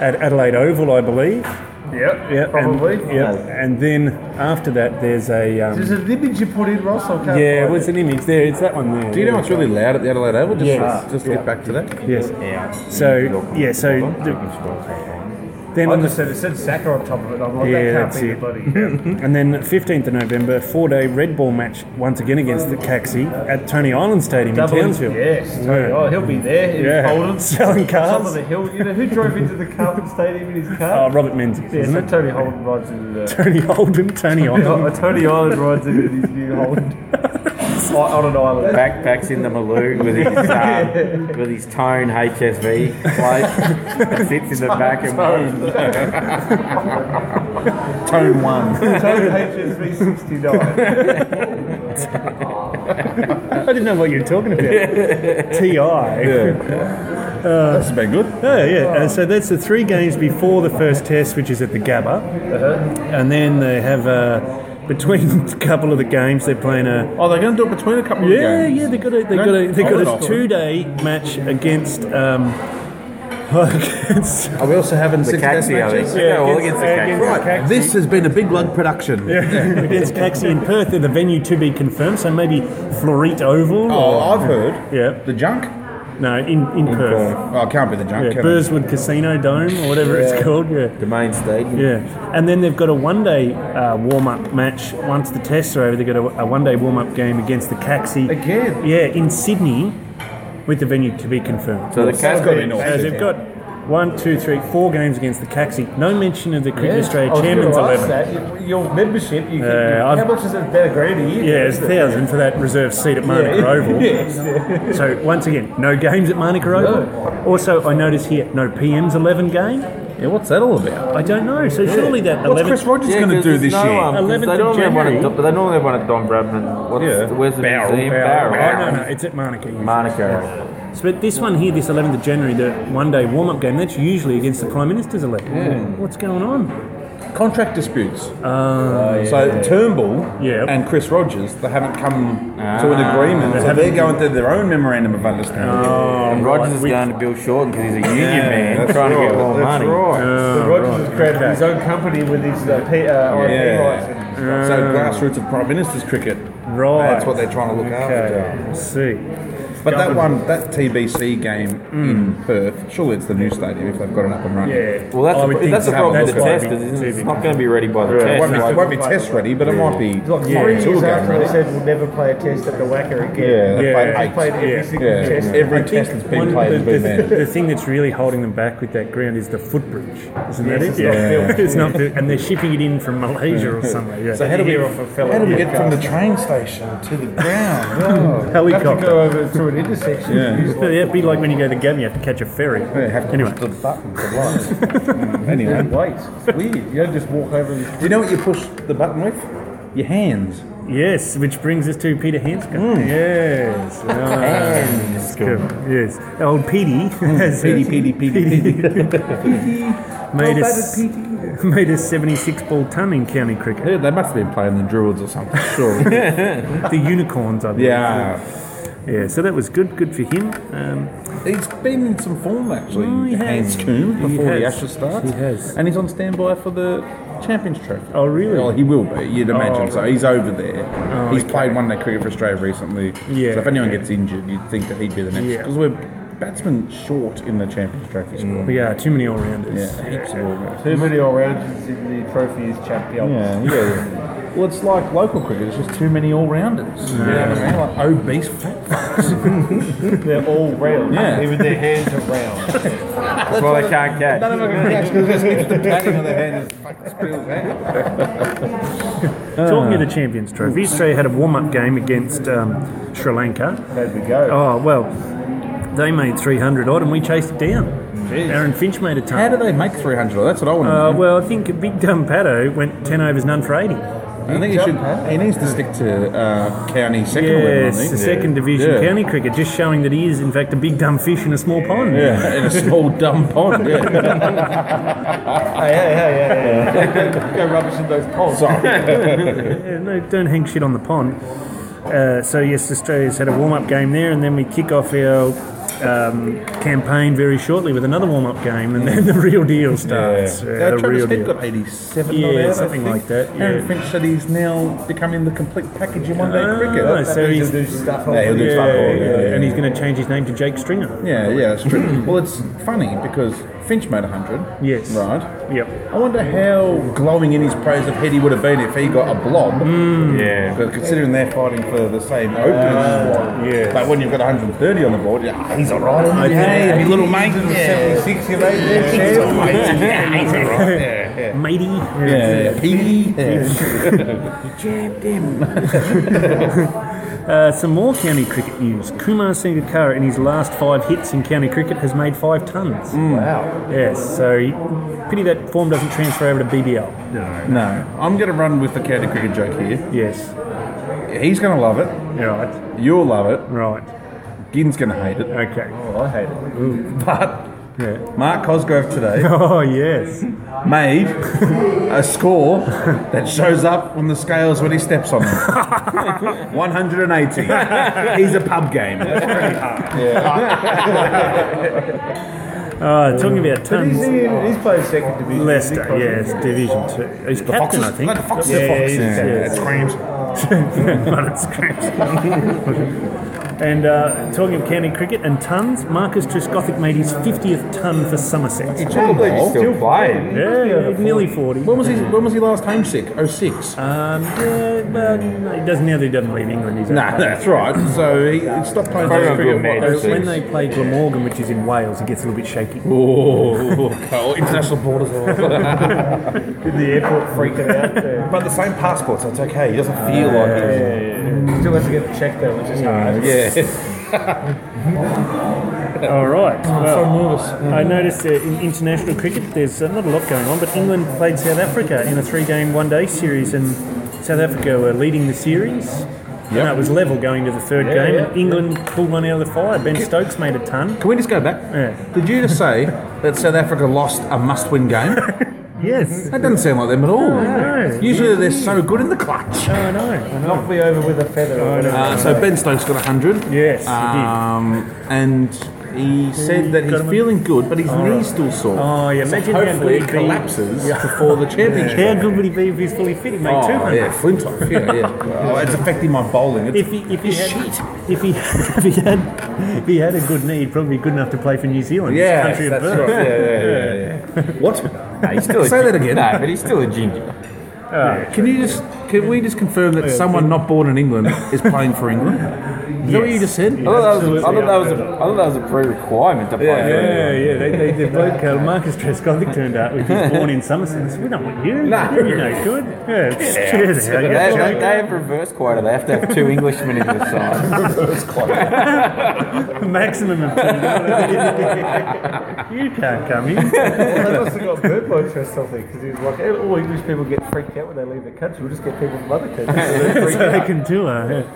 Speaker 1: at Adelaide Oval, I believe.
Speaker 5: Yep.
Speaker 1: Yeah, and-
Speaker 5: Probably.
Speaker 1: yeah, and then after that, there's a um,
Speaker 5: There's an image you put in, Ross. I can't
Speaker 1: yeah.
Speaker 5: find
Speaker 1: What's an image there? It's that one there.
Speaker 2: Do you know what's really loud at the Adelaide Oval? Just,
Speaker 1: Yes.
Speaker 2: just get back to that.
Speaker 1: Yes. So yeah. So the- then
Speaker 5: it.
Speaker 1: on
Speaker 5: I
Speaker 1: the
Speaker 5: just said it said Saka on top of it. I'm like,
Speaker 1: Yeah,
Speaker 5: that
Speaker 1: that's
Speaker 5: can't be the
Speaker 1: it.
Speaker 5: bloody. Yeah.
Speaker 1: and then fifteenth of November, four day red ball match once again against the Caxi at Tony Island Stadium in Townsville.
Speaker 5: Yes.
Speaker 1: Yeah.
Speaker 5: Oh, he'll be there. He's
Speaker 1: Yeah.
Speaker 5: holding.
Speaker 1: Selling
Speaker 5: Top of
Speaker 1: cars.
Speaker 5: the hill. You know who drove into the Carlton Stadium in his
Speaker 1: Oh,
Speaker 5: car?
Speaker 1: Robert Menzies,
Speaker 5: yeah,
Speaker 1: isn't
Speaker 5: so
Speaker 1: it?
Speaker 5: Tony Holden rides into the.
Speaker 1: Tony Holden, Tony Holden.
Speaker 5: Oh, Tony Island rides into his new Holland on on an island.
Speaker 4: Backpacks in the Maloo with his uh, with his tone HSV plate. and sits in the back and
Speaker 2: Tone one.
Speaker 5: Tony HSV 69.
Speaker 1: I didn't know what you were talking about. Ti.
Speaker 2: Oh, This has been good.
Speaker 1: Yeah, yeah. Uh, so that's the three games before the first test, which is at the Gabba, and then they have uh, between a couple of the games they're playing a.
Speaker 2: Oh, they're going to do it between a couple
Speaker 1: Yeah,
Speaker 2: of games.
Speaker 1: yeah. They got a they
Speaker 2: No,
Speaker 1: got a they
Speaker 2: I
Speaker 1: got
Speaker 2: would've
Speaker 1: a
Speaker 2: thought.
Speaker 1: two day match against. Um, against
Speaker 7: Are we also having
Speaker 4: The
Speaker 7: six
Speaker 4: cats
Speaker 7: test
Speaker 4: the
Speaker 7: matches?
Speaker 4: others. Yeah, well, against the cats.
Speaker 7: Right, this has been a big lug production.
Speaker 1: against Caxi in Perth at the venue to be confirmed. So maybe Florite Oval.
Speaker 2: Oh,
Speaker 1: or-
Speaker 2: I've heard.
Speaker 1: yeah.
Speaker 2: The junk?
Speaker 1: No, in in, Perth.
Speaker 2: Oh, it can't be the junk,
Speaker 1: Yeah,
Speaker 2: can it?
Speaker 1: Burswood Casino Dome or whatever it's called. Yeah.
Speaker 4: The main stadium.
Speaker 1: Yeah, and then they've got a one-day uh, warm-up match. Once the tests are over, they've got a, a one-day warm-up game against the Caxi.
Speaker 3: Again?
Speaker 1: Yeah, in Sydney, with the venue to be confirmed.
Speaker 4: So the cats
Speaker 2: gotta be North
Speaker 1: So they've got one, two, three, four games against the Caxi. No mention of the Cricket
Speaker 4: Oh,
Speaker 1: Australia
Speaker 3: I was
Speaker 1: Chairman's
Speaker 3: gonna ask
Speaker 1: Eleven.
Speaker 3: That. You- Your membership, you can,
Speaker 1: Yeah, I've-
Speaker 3: how much is it about a grand a year?
Speaker 1: Yeah, it's a thousand for that reserve seat at Marnica Oval. So once again, no games at Marnica Oval. Also, I notice here no PM's eleven game.
Speaker 2: Yeah, what's that all about?
Speaker 1: I don't know. So surely that
Speaker 2: What's
Speaker 1: eleven.
Speaker 2: Chris Rogers
Speaker 4: Yeah,
Speaker 2: going to
Speaker 4: 'cause
Speaker 2: do
Speaker 4: there's
Speaker 2: this
Speaker 4: no,
Speaker 2: year?
Speaker 4: um, 'cause
Speaker 1: 11th
Speaker 4: they
Speaker 1: of
Speaker 4: normally have one at
Speaker 1: January.
Speaker 4: Don- but they normally have one at Don Bradman. What's,
Speaker 2: Yeah.
Speaker 4: Where's the
Speaker 2: Barrel.
Speaker 4: museum?
Speaker 2: Barrel.
Speaker 4: Barrel.
Speaker 1: Oh, no, no, it's at Marnica. yeah.
Speaker 4: Monaco.
Speaker 1: So, but this one here, this 11th of January, the one day warm up game, that's usually against the Prime Minister's election. What's going on?
Speaker 2: Contract disputes. Uh, so Turnbull
Speaker 1: Yeah.
Speaker 2: and Chris Rogers, they haven't come to an agreement. so they're going through their own memorandum of understanding.
Speaker 4: And Rogers is going to Bill Shorten because he's a union man
Speaker 2: that's
Speaker 4: trying to
Speaker 2: right,
Speaker 4: get more
Speaker 2: that's
Speaker 4: money.
Speaker 3: So Rogers has created his own company with his uh, P, uh, IP rights.
Speaker 2: Yeah. So grassroots of prime minister's cricket.
Speaker 1: Right.
Speaker 2: That's what they're trying to look
Speaker 1: I
Speaker 2: after.
Speaker 1: see.
Speaker 2: But that one, that TBC game in Perth, surely it's the new stadium if they've got it up and running.
Speaker 1: Yeah.
Speaker 4: Well, that's,
Speaker 1: I
Speaker 4: the,
Speaker 1: would
Speaker 4: pro-
Speaker 1: think
Speaker 4: that's the
Speaker 1: so.
Speaker 4: problem with the
Speaker 1: That's why
Speaker 4: test.
Speaker 1: it'd be
Speaker 4: Is it's
Speaker 1: TV.
Speaker 4: not going to be ready by the
Speaker 2: It won't, be,
Speaker 4: test.
Speaker 2: it won't be test ready, but it might be.
Speaker 3: Like three
Speaker 2: Yeah.
Speaker 3: years
Speaker 2: Tour game
Speaker 3: after they
Speaker 2: ready.
Speaker 3: said we'll never play a test at the Wacker
Speaker 2: Yeah,
Speaker 3: again.
Speaker 2: they
Speaker 1: Yeah.
Speaker 2: played
Speaker 3: They
Speaker 2: eight.
Speaker 3: played every
Speaker 1: Yeah.
Speaker 3: single
Speaker 2: Yeah,
Speaker 3: test.
Speaker 2: every
Speaker 1: I think
Speaker 2: test that's been
Speaker 1: one-
Speaker 2: played has
Speaker 1: the,
Speaker 2: been
Speaker 1: the,
Speaker 2: there.
Speaker 1: the thing that's really holding them back with that ground is the footbridge, isn't that
Speaker 3: Yes,
Speaker 1: it?
Speaker 3: it's
Speaker 1: yeah.
Speaker 3: not built.
Speaker 1: it's not built, and they're shipping it in from Malaysia or somewhere. Yeah.
Speaker 3: So how do we, off a fellow
Speaker 2: How do we get from
Speaker 3: podcast.
Speaker 2: the train station to the ground? Oh.
Speaker 3: have to
Speaker 1: helicopter?
Speaker 3: go over to an intersection?
Speaker 2: Yeah.
Speaker 1: Yeah, it'd be like when you go to Gabby, you have to catch a ferry.
Speaker 2: Yeah, have to
Speaker 1: Anyway.
Speaker 2: push the button for lights. Mm, anyway.
Speaker 3: Wait, it's weird. You don't just walk over and
Speaker 2: Do you know what you push the button with? Your hands.
Speaker 1: Yes, which brings us to Peter Hanscom. Yes. Hanscom. Yes. Old Petey. has, uh,
Speaker 2: Petey, Petey, Petey,
Speaker 1: Made, a, s- made a 76 ball ton in county cricket.
Speaker 2: Yeah, they must have been playing the Druids or something. Sure.
Speaker 1: The unicorns, I believe.
Speaker 2: yeah.
Speaker 1: Yeah, so that was good. Good for him. Um,
Speaker 2: He's been in some form actually.
Speaker 1: Oh, he has.
Speaker 2: Hans Coombe
Speaker 1: He
Speaker 2: before the
Speaker 1: has.
Speaker 2: Ashes starts.
Speaker 1: He has.
Speaker 2: And he's on standby for the Champions Trophy. Oh,
Speaker 1: Oh, really?
Speaker 2: Well, he will be. You'd imagine. So he's over there. he's
Speaker 1: okay.
Speaker 2: played one day cricket for Australia recently.
Speaker 1: Yeah,
Speaker 2: So if anyone
Speaker 1: yeah.
Speaker 2: gets injured, you'd think that he'd be the next.
Speaker 1: Yeah.
Speaker 2: Because we're batsmen short in the Champions Trophy squad.
Speaker 1: we are too many all rounders.
Speaker 2: Yeah, heaps of all that.
Speaker 3: too many all-rounders in the trophy is champion.
Speaker 2: Yeah, yeah. Well, it's like local cricket. It's just too many all-rounders. You know what I mean? Like obese fat
Speaker 3: They're all round.
Speaker 2: Yeah.
Speaker 3: Even their hands are round.
Speaker 4: That's why they can't catch.
Speaker 1: Talking of the Champions Trophy, Australia had a warm up game against um, Sri Lanka.
Speaker 3: There we go.
Speaker 1: Oh, well, they made 300 odd and we chased it down. Aaron Finch made a ton.
Speaker 2: How do they make 300? That's what I want to
Speaker 1: Uh,
Speaker 2: know.
Speaker 1: well, I think Big Dumb Pato went 10 overs, none for 80.
Speaker 2: I think he should. He needs to stick to uh, county second level. I
Speaker 1: Yes,
Speaker 2: think.
Speaker 1: the second division
Speaker 2: Yeah.
Speaker 1: county cricket, just showing that he is, in fact, a big dumb fish in a small pond.
Speaker 2: Yeah, in a small dumb pond. Yeah.
Speaker 3: Hey, hey, hey, hey, hey. go rubbish in those poles.
Speaker 1: Yeah, no, don't hang shit on the pond. Uh, so, yes, Australia's had a warm up game there, and then we kick off our um, campaign very shortly with another warm up game, and then the real deal starts. Yeah,
Speaker 2: Uh,
Speaker 1: the
Speaker 2: Travis
Speaker 1: real
Speaker 2: Head
Speaker 1: deal.
Speaker 2: got 87
Speaker 1: Yeah,
Speaker 2: not out, I
Speaker 1: something
Speaker 2: think.
Speaker 1: like that,
Speaker 2: Aaron
Speaker 1: yeah.
Speaker 2: Finch said he's now becoming the complete package in one day
Speaker 1: Ah,
Speaker 2: cricket.
Speaker 1: nice. So
Speaker 3: They
Speaker 1: he's-
Speaker 3: do stuff
Speaker 2: Yeah, he'll do
Speaker 1: Yeah,
Speaker 2: fuck all,
Speaker 1: yeah,
Speaker 2: yeah, yeah.
Speaker 1: and he's going to change his name to Jake Stringer.
Speaker 2: Yeah, yeah, that's true. well, it's funny because Finch made 100.
Speaker 1: Yes.
Speaker 2: Right.
Speaker 1: Yep.
Speaker 2: I wonder how glowing in his praise of Heady would have been if he got a blob.
Speaker 4: Yeah.
Speaker 2: But considering they're fighting for the same opening spot,
Speaker 1: yes.
Speaker 2: but when you've got 130 on the board, yeah, ah, he's all right. isn't he?
Speaker 1: think-
Speaker 2: Hey, little mate. Yeah.
Speaker 3: 76 you made there, Shane.
Speaker 1: Matey.
Speaker 2: Yeah, Heady.
Speaker 1: Uh, some more county cricket news. Kumar Sangakkara, in his last five hits in county cricket, has made five tons.
Speaker 2: Mm.
Speaker 3: Wow.
Speaker 1: Yes, so pity that form doesn't transfer over to BBL.
Speaker 2: No, I'm going to run with the county cricket joke here.
Speaker 1: Yes.
Speaker 2: He's going to love it.
Speaker 1: Right,
Speaker 2: You'll love it.
Speaker 1: right.
Speaker 2: Gin's going to hate it.
Speaker 1: Okay.
Speaker 5: I hate it.
Speaker 2: But
Speaker 1: Yeah.
Speaker 2: Mark Cosgrove today
Speaker 1: Oh, yes.
Speaker 2: made a score that shows up on the scales when he steps on them. 180. He's a pub game.
Speaker 1: Uh, talking about
Speaker 5: He's,
Speaker 1: tons.
Speaker 5: in, he's playing second division.
Speaker 1: Leicester, yeah, it's Division 2. He's the captain, I think.
Speaker 2: Like the fox
Speaker 1: yeah,
Speaker 2: the fox.
Speaker 1: he's-
Speaker 2: Yeah,
Speaker 1: yeah,
Speaker 2: it screams.
Speaker 1: but it's cramped. and uh, talking of county cricket and tons, Marcus Trescothick made his 50th ton for Somerset.
Speaker 4: Probably still playing.
Speaker 1: Yeah, nearly 40.
Speaker 2: Oh. When was he? When was he last homesick? 06.
Speaker 5: Uh,
Speaker 1: Um, yeah, well, no, he doesn't now that he doesn't leave England. He's
Speaker 2: nah, that's right. So he, he stopped playing
Speaker 4: Probably
Speaker 2: test
Speaker 4: not
Speaker 2: cricket.
Speaker 4: good, mate.
Speaker 2: what,
Speaker 1: So when they play Glamorgan, which is in Wales, it gets a little bit shaky.
Speaker 2: Oh, international borders. Are
Speaker 5: Did the airport freak it out? Yeah. Uh,
Speaker 2: but the same passports. That's okay. He doesn't feel like it.
Speaker 5: Still has to get checked though, which is hard.
Speaker 2: Yeah.
Speaker 1: All right. well, I noticed uh, in international cricket, there's uh, not a lot going on, but England played South Africa in a three-game one-day series, and South Africa were leading the series.
Speaker 2: Yep.
Speaker 1: No, it was level going to the third game. and England pulled one out of the fire. Ben Stokes made a ton.
Speaker 2: Can we just go back?
Speaker 1: Yeah.
Speaker 2: Did you just say that South Africa lost a must-win game?
Speaker 1: Yes.
Speaker 2: That doesn't sound like them at all.
Speaker 1: No.
Speaker 2: Usually they're so good in the clutch.
Speaker 1: Oh, I know.
Speaker 5: Knock me over with a feather. or whatever.
Speaker 2: Uh, so Ben Stokes got 100.
Speaker 1: Yes,
Speaker 2: Um, and he said that he's
Speaker 1: Got him.
Speaker 2: feeling good, but his knee's still sore.
Speaker 1: Oh, yeah. Imagine how
Speaker 2: Hopefully
Speaker 1: good
Speaker 2: it
Speaker 1: he'd be.
Speaker 2: collapses before the championship.
Speaker 1: How good would he be if he's fully fit? He'd make
Speaker 2: Oh,
Speaker 1: 200.
Speaker 2: yeah, Flintoff. Yeah, yeah. oh, it's affecting my bowling. It's
Speaker 1: If he, if he had if he if he had if he had a good knee, he'd probably be good enough to play for New Zealand. his
Speaker 2: yeah,
Speaker 1: country of
Speaker 2: that's
Speaker 1: birth.
Speaker 2: right. Yeah, yeah, yeah. yeah. what?
Speaker 4: Nah, he's still a
Speaker 2: Say that
Speaker 4: ginger.
Speaker 2: again. Ah,
Speaker 4: Nah, but he's still a ginger.
Speaker 2: Can you just? Can we just confirm that someone not born in England is playing for England? Is that what you just said?
Speaker 4: I thought that was, I thought that was, a, I thought that was a pre-requirement to play.
Speaker 2: Yeah,
Speaker 4: for
Speaker 1: Yeah, yeah, they, they, they bloke uh, Marcus Trescothick turned up. He was born in Somerset. We don't want you.
Speaker 4: No.
Speaker 1: You're no good. Yeah, cheers.
Speaker 4: They, they, they have reverse quota. They have to have two Englishmen in the side.
Speaker 1: Maximum of two. You can't come in.
Speaker 5: Well, they must have got bird by trust something because he was like, "Hey, all English people get freaked out when they leave the country. We'll just get people from other countries.
Speaker 1: So they can do it.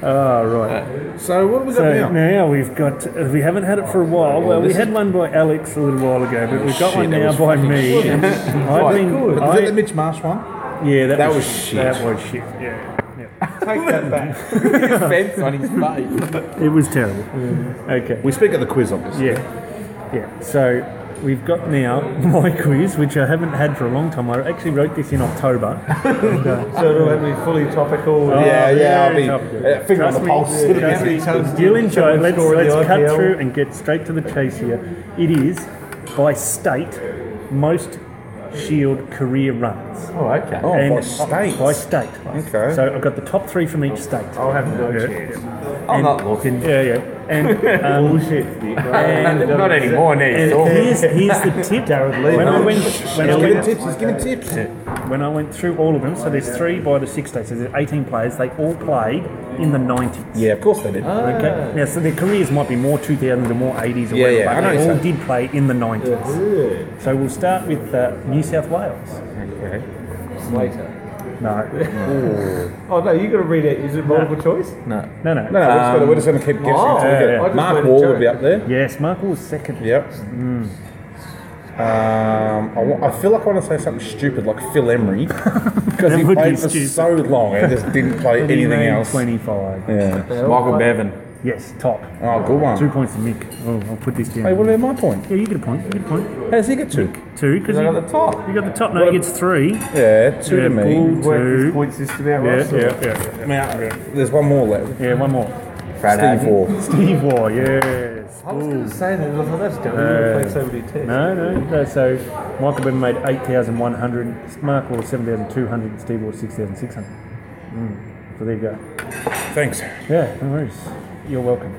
Speaker 1: Oh, right.
Speaker 2: Uh, So what have we got
Speaker 1: So
Speaker 2: now?
Speaker 1: now we've got, uh, we haven't had it for a while. Well, we had one by Alex a little while ago, but we've got one now by me. I've been,
Speaker 2: Is that the
Speaker 1: I,
Speaker 2: Mitch Marsh one?
Speaker 1: yeah, that,
Speaker 2: That
Speaker 1: was,
Speaker 2: was shit.
Speaker 1: That was shit, yeah. yeah.
Speaker 5: Take that back.
Speaker 4: Fence on his face.
Speaker 1: It was terrible. Okay.
Speaker 2: We speak at the quiz, obviously.
Speaker 1: Yeah. Yeah. So we've got now my quiz, which I haven't had for a long time. I actually wrote this in October.
Speaker 5: So it'll have me fully topical.
Speaker 2: Yeah, yeah, I'll
Speaker 1: very
Speaker 2: be
Speaker 1: topical.
Speaker 2: uh, finger on
Speaker 1: Trust
Speaker 2: the
Speaker 1: me,
Speaker 2: pulse.
Speaker 1: yeah, trust me. You'll enjoy. it. Let's, let's cut through and get straight to the chase here. It is by state most Shield career runs.
Speaker 5: Oh, okay.
Speaker 2: Oh,
Speaker 1: and
Speaker 2: by states.
Speaker 1: By state.
Speaker 2: Okay. Oh.
Speaker 1: So I've got the top three from each state.
Speaker 5: I'll have no chance.
Speaker 4: I'm not looking.
Speaker 1: Yeah, yeah. And um, bullshit. And,
Speaker 4: Not anymore,
Speaker 1: and
Speaker 4: now.
Speaker 1: here's, here's the tip. When I went, when I
Speaker 2: He's giving
Speaker 1: went
Speaker 2: tips. He's giving tips.
Speaker 1: when I went through all of them, so there's three by the six days, so there's 18 players, they all played in the 90s.
Speaker 2: Yeah, of course they did.
Speaker 1: Okay. Now, so their careers might be more 2000s or more 80s or
Speaker 2: Yeah,
Speaker 1: whatever,
Speaker 2: yeah, I
Speaker 1: but
Speaker 2: know
Speaker 1: they
Speaker 2: you
Speaker 1: all
Speaker 2: say.
Speaker 1: did play in the 90s. So we'll start with uh, New South Wales.
Speaker 5: Later.
Speaker 1: No,
Speaker 5: Oh, no, you got to read it. Is it multiple choice?
Speaker 1: no, no.
Speaker 2: No, no, we're just gonna- we're just going to keep guessing.
Speaker 5: oh,
Speaker 2: until we
Speaker 5: yeah,
Speaker 2: get it.
Speaker 5: I just made
Speaker 2: Mark
Speaker 5: a
Speaker 2: Wall
Speaker 5: joke.
Speaker 2: would be up there.
Speaker 1: Yes, Michael was second.
Speaker 2: Yep. Um, I, wa- I feel like I want to say something stupid like Phil Emery because
Speaker 1: That
Speaker 2: he
Speaker 1: would be
Speaker 2: played for
Speaker 1: stupid.
Speaker 2: so long and just didn't play
Speaker 1: He
Speaker 2: anything
Speaker 1: made
Speaker 2: else.
Speaker 1: 25.
Speaker 2: Yeah.
Speaker 4: Michael Bevan.
Speaker 1: Yes, top.
Speaker 2: Oh, good
Speaker 1: Two
Speaker 2: one.
Speaker 1: points to Mick. Oh, I'll put this down.
Speaker 2: Hey, what about my point?
Speaker 1: yeah, you get a point. You get a point.
Speaker 2: How does he get two?
Speaker 1: Two, because
Speaker 4: He's
Speaker 1: you,
Speaker 4: on the top.
Speaker 1: you got the top. No, he gets three.
Speaker 2: Yeah, two
Speaker 1: Yeah,
Speaker 2: to me.
Speaker 1: Bull,
Speaker 5: Work this
Speaker 1: two.
Speaker 5: point system out,
Speaker 1: Yeah,
Speaker 5: right?
Speaker 1: yeah, yeah.
Speaker 2: Now, there's one more left.
Speaker 1: Yeah, one more.
Speaker 2: Steve
Speaker 4: Brad Hagen.
Speaker 2: Waugh.
Speaker 1: Steve Waugh, yes.
Speaker 5: I was going to say that. I thought that's dumb. You've played so many tests.
Speaker 1: No, no, no. So Michael Ben made 8,100, Mark Waugh 7,200, and Steve Waugh 6,600. Mm. So there you go.
Speaker 2: Thanks.
Speaker 1: Yeah, no worries. You're welcome.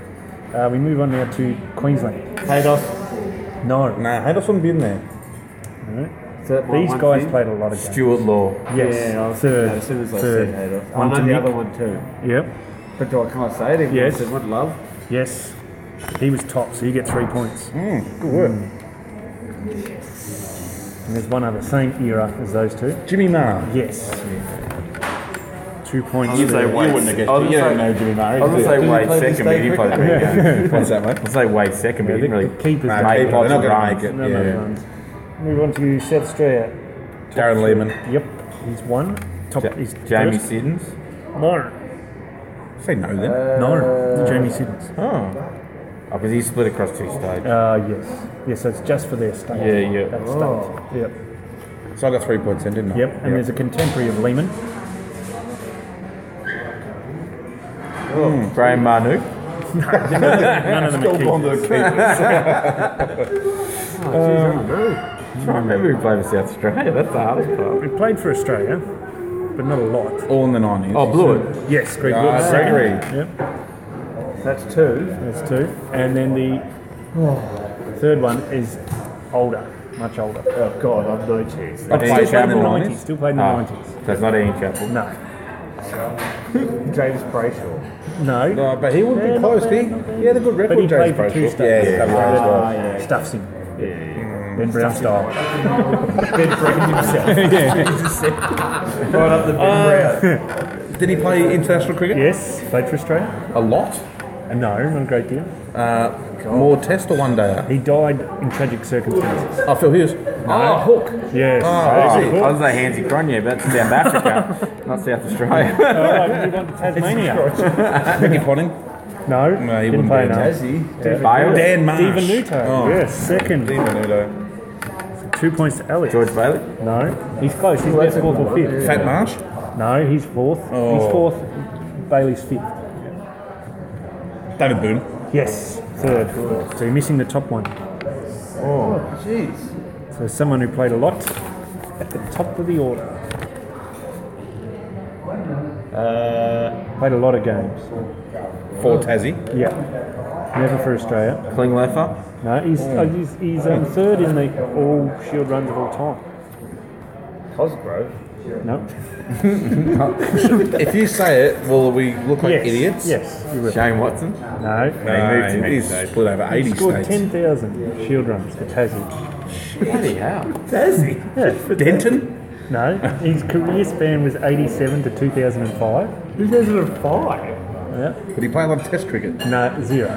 Speaker 1: Uh, we move on now to Queensland.
Speaker 5: Haydos.
Speaker 1: No.
Speaker 2: Nah, Hados wouldn't be in there.
Speaker 1: These guys played a lot of games.
Speaker 4: Stuart Law.
Speaker 1: Yes.
Speaker 5: Yeah, I was
Speaker 1: Third,
Speaker 5: as soon as I
Speaker 1: third.
Speaker 5: said Haydos. I
Speaker 1: One to
Speaker 5: know the
Speaker 1: Nick.
Speaker 5: other one too.
Speaker 1: Yep.
Speaker 5: But do I can't say it? even though I
Speaker 1: Yes.
Speaker 5: said, What love?
Speaker 1: Yes. He was top, so you get three points. Hmm.
Speaker 2: Good work.
Speaker 1: And there's one other, same era as those two.
Speaker 2: Jimmy Maher.
Speaker 1: Yes. Two points.
Speaker 4: say
Speaker 1: there.
Speaker 4: Wade.
Speaker 8: You wouldn't have
Speaker 4: I was
Speaker 8: guessed it. You
Speaker 4: gonna
Speaker 8: don't
Speaker 4: say-
Speaker 8: know Jimmy Murray.
Speaker 4: I was going
Speaker 8: do
Speaker 4: to say
Speaker 8: you?
Speaker 4: Wade second, but he didn't play the green game.
Speaker 2: What's that, mate?
Speaker 4: I was going to say Wade second, but he didn't really.
Speaker 1: the keepers.
Speaker 2: Nah,
Speaker 4: Mate,
Speaker 2: people, they're not
Speaker 4: Hodgson
Speaker 2: going to make it.
Speaker 1: No,
Speaker 2: yeah.
Speaker 1: no, no. Move on to South Australia.
Speaker 2: Darren Lehman.
Speaker 1: Yep, he's one. Top. He's
Speaker 4: Jamie
Speaker 1: first.
Speaker 4: Siddons.
Speaker 1: No,
Speaker 2: Say no then.
Speaker 4: Uh,
Speaker 1: no, Jamie Siddons.
Speaker 4: Oh. Oh, because he split across two states.
Speaker 1: Uh, yes, yes. So it's just for their state.
Speaker 4: Yeah, yeah.
Speaker 1: That state. Yep,
Speaker 2: so I got three points in, didn't I?
Speaker 1: yep. And there's a contemporary of Lehman.
Speaker 4: Graham Manu.
Speaker 1: None of them are
Speaker 8: Go on the
Speaker 1: keepers.
Speaker 8: keeper.
Speaker 4: I'm trying to remember who played for South Australia. That's the hardest part.
Speaker 1: He played for Australia, but not a lot.
Speaker 2: All in the 90s.
Speaker 4: Oh, Blewett.
Speaker 1: Yes, Greg
Speaker 2: Ah,
Speaker 1: Lewis.
Speaker 2: Gregory.
Speaker 1: Yep,
Speaker 3: That's two.
Speaker 1: that's two. And then the third one is older, much older.
Speaker 3: Oh God, I've no chance.
Speaker 2: I
Speaker 1: Still
Speaker 2: played
Speaker 1: played in the
Speaker 2: Chapman.
Speaker 1: 90s. Still played in the
Speaker 4: Ah,
Speaker 1: 90s.
Speaker 4: so it's not Ian Chappell.
Speaker 1: No.
Speaker 3: James Brayshaw.
Speaker 1: No.
Speaker 2: No, but he would
Speaker 1: Yeah,
Speaker 2: be
Speaker 1: not
Speaker 2: close.
Speaker 1: bad,
Speaker 2: He,
Speaker 1: not bad.
Speaker 2: he had a good record,
Speaker 1: But he
Speaker 2: James
Speaker 1: played for two
Speaker 2: Brayshaw.
Speaker 1: states.
Speaker 2: Yeah, yeah, yeah.
Speaker 1: Stuffs him. Ben Mm. Brown style.
Speaker 3: Right up the big
Speaker 2: Uh,
Speaker 3: round.
Speaker 2: Did he play international cricket?
Speaker 1: Yes, played for Australia.
Speaker 2: A lot.
Speaker 1: Uh, No, not a great deal.
Speaker 2: More test or one day?
Speaker 1: He died in tragic circumstances.
Speaker 2: Oh, Phil Hughes. Ah, Hook.
Speaker 1: Yes.
Speaker 2: Oh,
Speaker 1: Very
Speaker 2: is he?
Speaker 1: cool.
Speaker 4: I was like Hansi Cronje, but that's South Africa, not South Australia.
Speaker 1: All right, move on to Tasmania.
Speaker 2: Ricky Ponting.
Speaker 1: No,
Speaker 2: No, he
Speaker 1: didn't
Speaker 2: wouldn't
Speaker 1: play
Speaker 2: be a
Speaker 1: enough.
Speaker 2: Tassie.
Speaker 4: Bales, Bale,
Speaker 2: Dan Marsh.
Speaker 1: Steven Nuto.
Speaker 2: Oh.
Speaker 1: Yes, second.
Speaker 2: Steven Nuto.
Speaker 1: Two points to Elliot.
Speaker 4: George Bailey.
Speaker 1: No, he's close. He's about fourth or fifth.
Speaker 2: Fat Marsh.
Speaker 1: No, he's fourth. He's
Speaker 2: Oh.
Speaker 1: fourth. Bailey's fifth.
Speaker 2: David Boone.
Speaker 1: Yes, third. So you're missing the top one.
Speaker 3: Oh, jeez.
Speaker 1: So someone who played a lot at the top of the order.
Speaker 3: Uh,
Speaker 1: played a lot of games.
Speaker 2: For Tassie.
Speaker 1: Yeah. Never for Australia.
Speaker 4: Klingleffer.
Speaker 1: No, he's
Speaker 3: Hmm.
Speaker 1: uh, he's, he's um, third in the all Shield runs of all time.
Speaker 3: Cosgrove.
Speaker 1: No.
Speaker 2: if you say it, will we look like idiots?
Speaker 1: Yes, you will.
Speaker 4: Shane Watson.
Speaker 1: No.
Speaker 2: No,
Speaker 4: They moved to
Speaker 2: he's split over 80
Speaker 1: He scored
Speaker 2: states.
Speaker 1: 10,000 Shield runs for Tassie.
Speaker 4: Bloody hell.
Speaker 1: Yeah.
Speaker 2: Denton?
Speaker 1: No, his career span was 87 to 2005.
Speaker 3: 2005.
Speaker 1: Yeah.
Speaker 2: But he played a lot of test cricket.
Speaker 1: No, zero.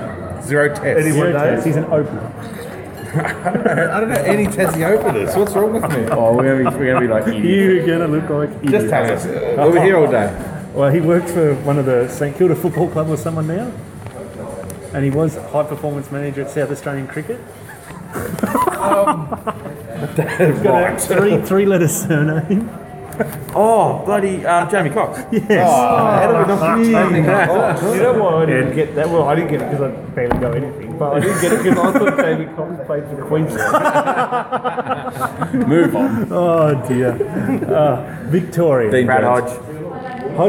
Speaker 2: Zero tests.
Speaker 1: Zero
Speaker 3: days?
Speaker 1: tests. He's an opener.
Speaker 2: I don't know any Tassie openers. What's wrong with me?
Speaker 4: Oh, we're going to be, we're gonna be like you.
Speaker 1: You're gonna look like idiots.
Speaker 2: Just tell us. We'll be here all day.
Speaker 1: Well, he works for one of the St Kilda Football Club or someone now, and he was high performance manager at South Australian Cricket. He's got a three three letter surname.
Speaker 4: Oh, bloody um, Jamie Cox.
Speaker 3: You know why I didn't get that? Well, I didn't get it because I barely know anything, but I didn't get it because I thought David Cox played for Queensland.
Speaker 2: Move on.
Speaker 1: Oh dear. Uh, Victoria.
Speaker 2: Dean
Speaker 4: Brad
Speaker 2: Jones.
Speaker 4: Hodge.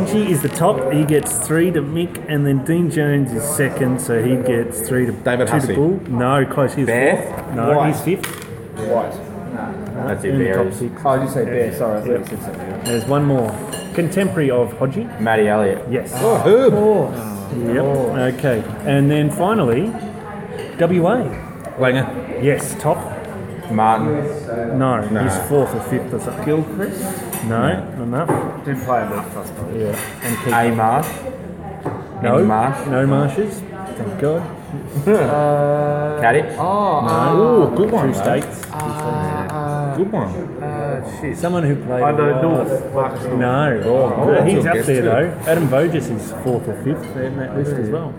Speaker 1: Hodgie is the top. He gets three to Mick, and then Dean Jones is second, so he gets three to
Speaker 2: David
Speaker 1: two
Speaker 2: Hussey.
Speaker 1: to Bull. No, close. He's
Speaker 4: Bear.
Speaker 1: fourth. No, he's fifth.
Speaker 3: White.
Speaker 4: That's
Speaker 1: In
Speaker 4: it,
Speaker 1: the top
Speaker 4: Bear.
Speaker 1: six.
Speaker 3: Oh, you say Bear, sorry, I thought you said something else.
Speaker 1: There's one more contemporary of Hodgie.
Speaker 4: Matty Elliott.
Speaker 1: Yes.
Speaker 2: Oh, Herb.
Speaker 1: Yep. Okay. And then finally, WA.
Speaker 2: Langer.
Speaker 1: Yes, top.
Speaker 4: Martin.
Speaker 1: No, he's fourth or fifth or something.
Speaker 3: Gilchrist?
Speaker 1: No, not enough.
Speaker 3: Didn't play enough, I suppose.
Speaker 1: Yeah. And keep.
Speaker 4: A. Marsh.
Speaker 1: no
Speaker 4: Andy Marsh.
Speaker 1: No marshes. Thank God.
Speaker 4: Kadich.
Speaker 2: Oh, good
Speaker 1: Two
Speaker 2: one. mate.
Speaker 1: states.
Speaker 2: Good one.
Speaker 1: Someone who played.
Speaker 3: I know
Speaker 1: uh,
Speaker 3: North, Mark's North.
Speaker 1: No. oh,
Speaker 2: that's
Speaker 1: he's
Speaker 2: your
Speaker 1: up
Speaker 2: guess
Speaker 1: there
Speaker 2: too.
Speaker 1: though. Adam Voges is fourth or fifth in that list as well.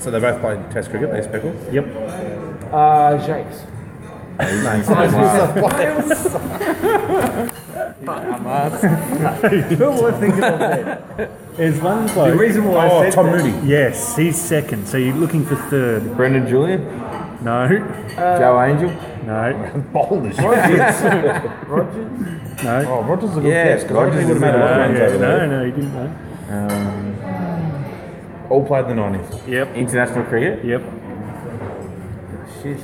Speaker 2: So they both played test cricket, these people.
Speaker 1: Yep.
Speaker 3: Uh, Jakes.
Speaker 1: Who am I thinking of there? There's one bloke.
Speaker 3: The reason why I
Speaker 2: Oh,
Speaker 3: said
Speaker 2: Tom
Speaker 3: that-
Speaker 2: Moody.
Speaker 1: yes, he's second. So you're looking for third.
Speaker 4: Brendan Julian.
Speaker 1: No.
Speaker 4: Joe Angel.
Speaker 1: No.
Speaker 2: Bold as
Speaker 1: No.
Speaker 2: Oh, Rogers is a good
Speaker 4: Yeah,
Speaker 2: guess, 'cause I
Speaker 4: Rogers
Speaker 2: think he would have
Speaker 4: is
Speaker 2: made a lot of runs
Speaker 1: Yeah,
Speaker 2: over there.
Speaker 1: no, no, you didn't know.
Speaker 2: All played in the 90s.
Speaker 1: Yep.
Speaker 4: International cricket.
Speaker 1: Yep.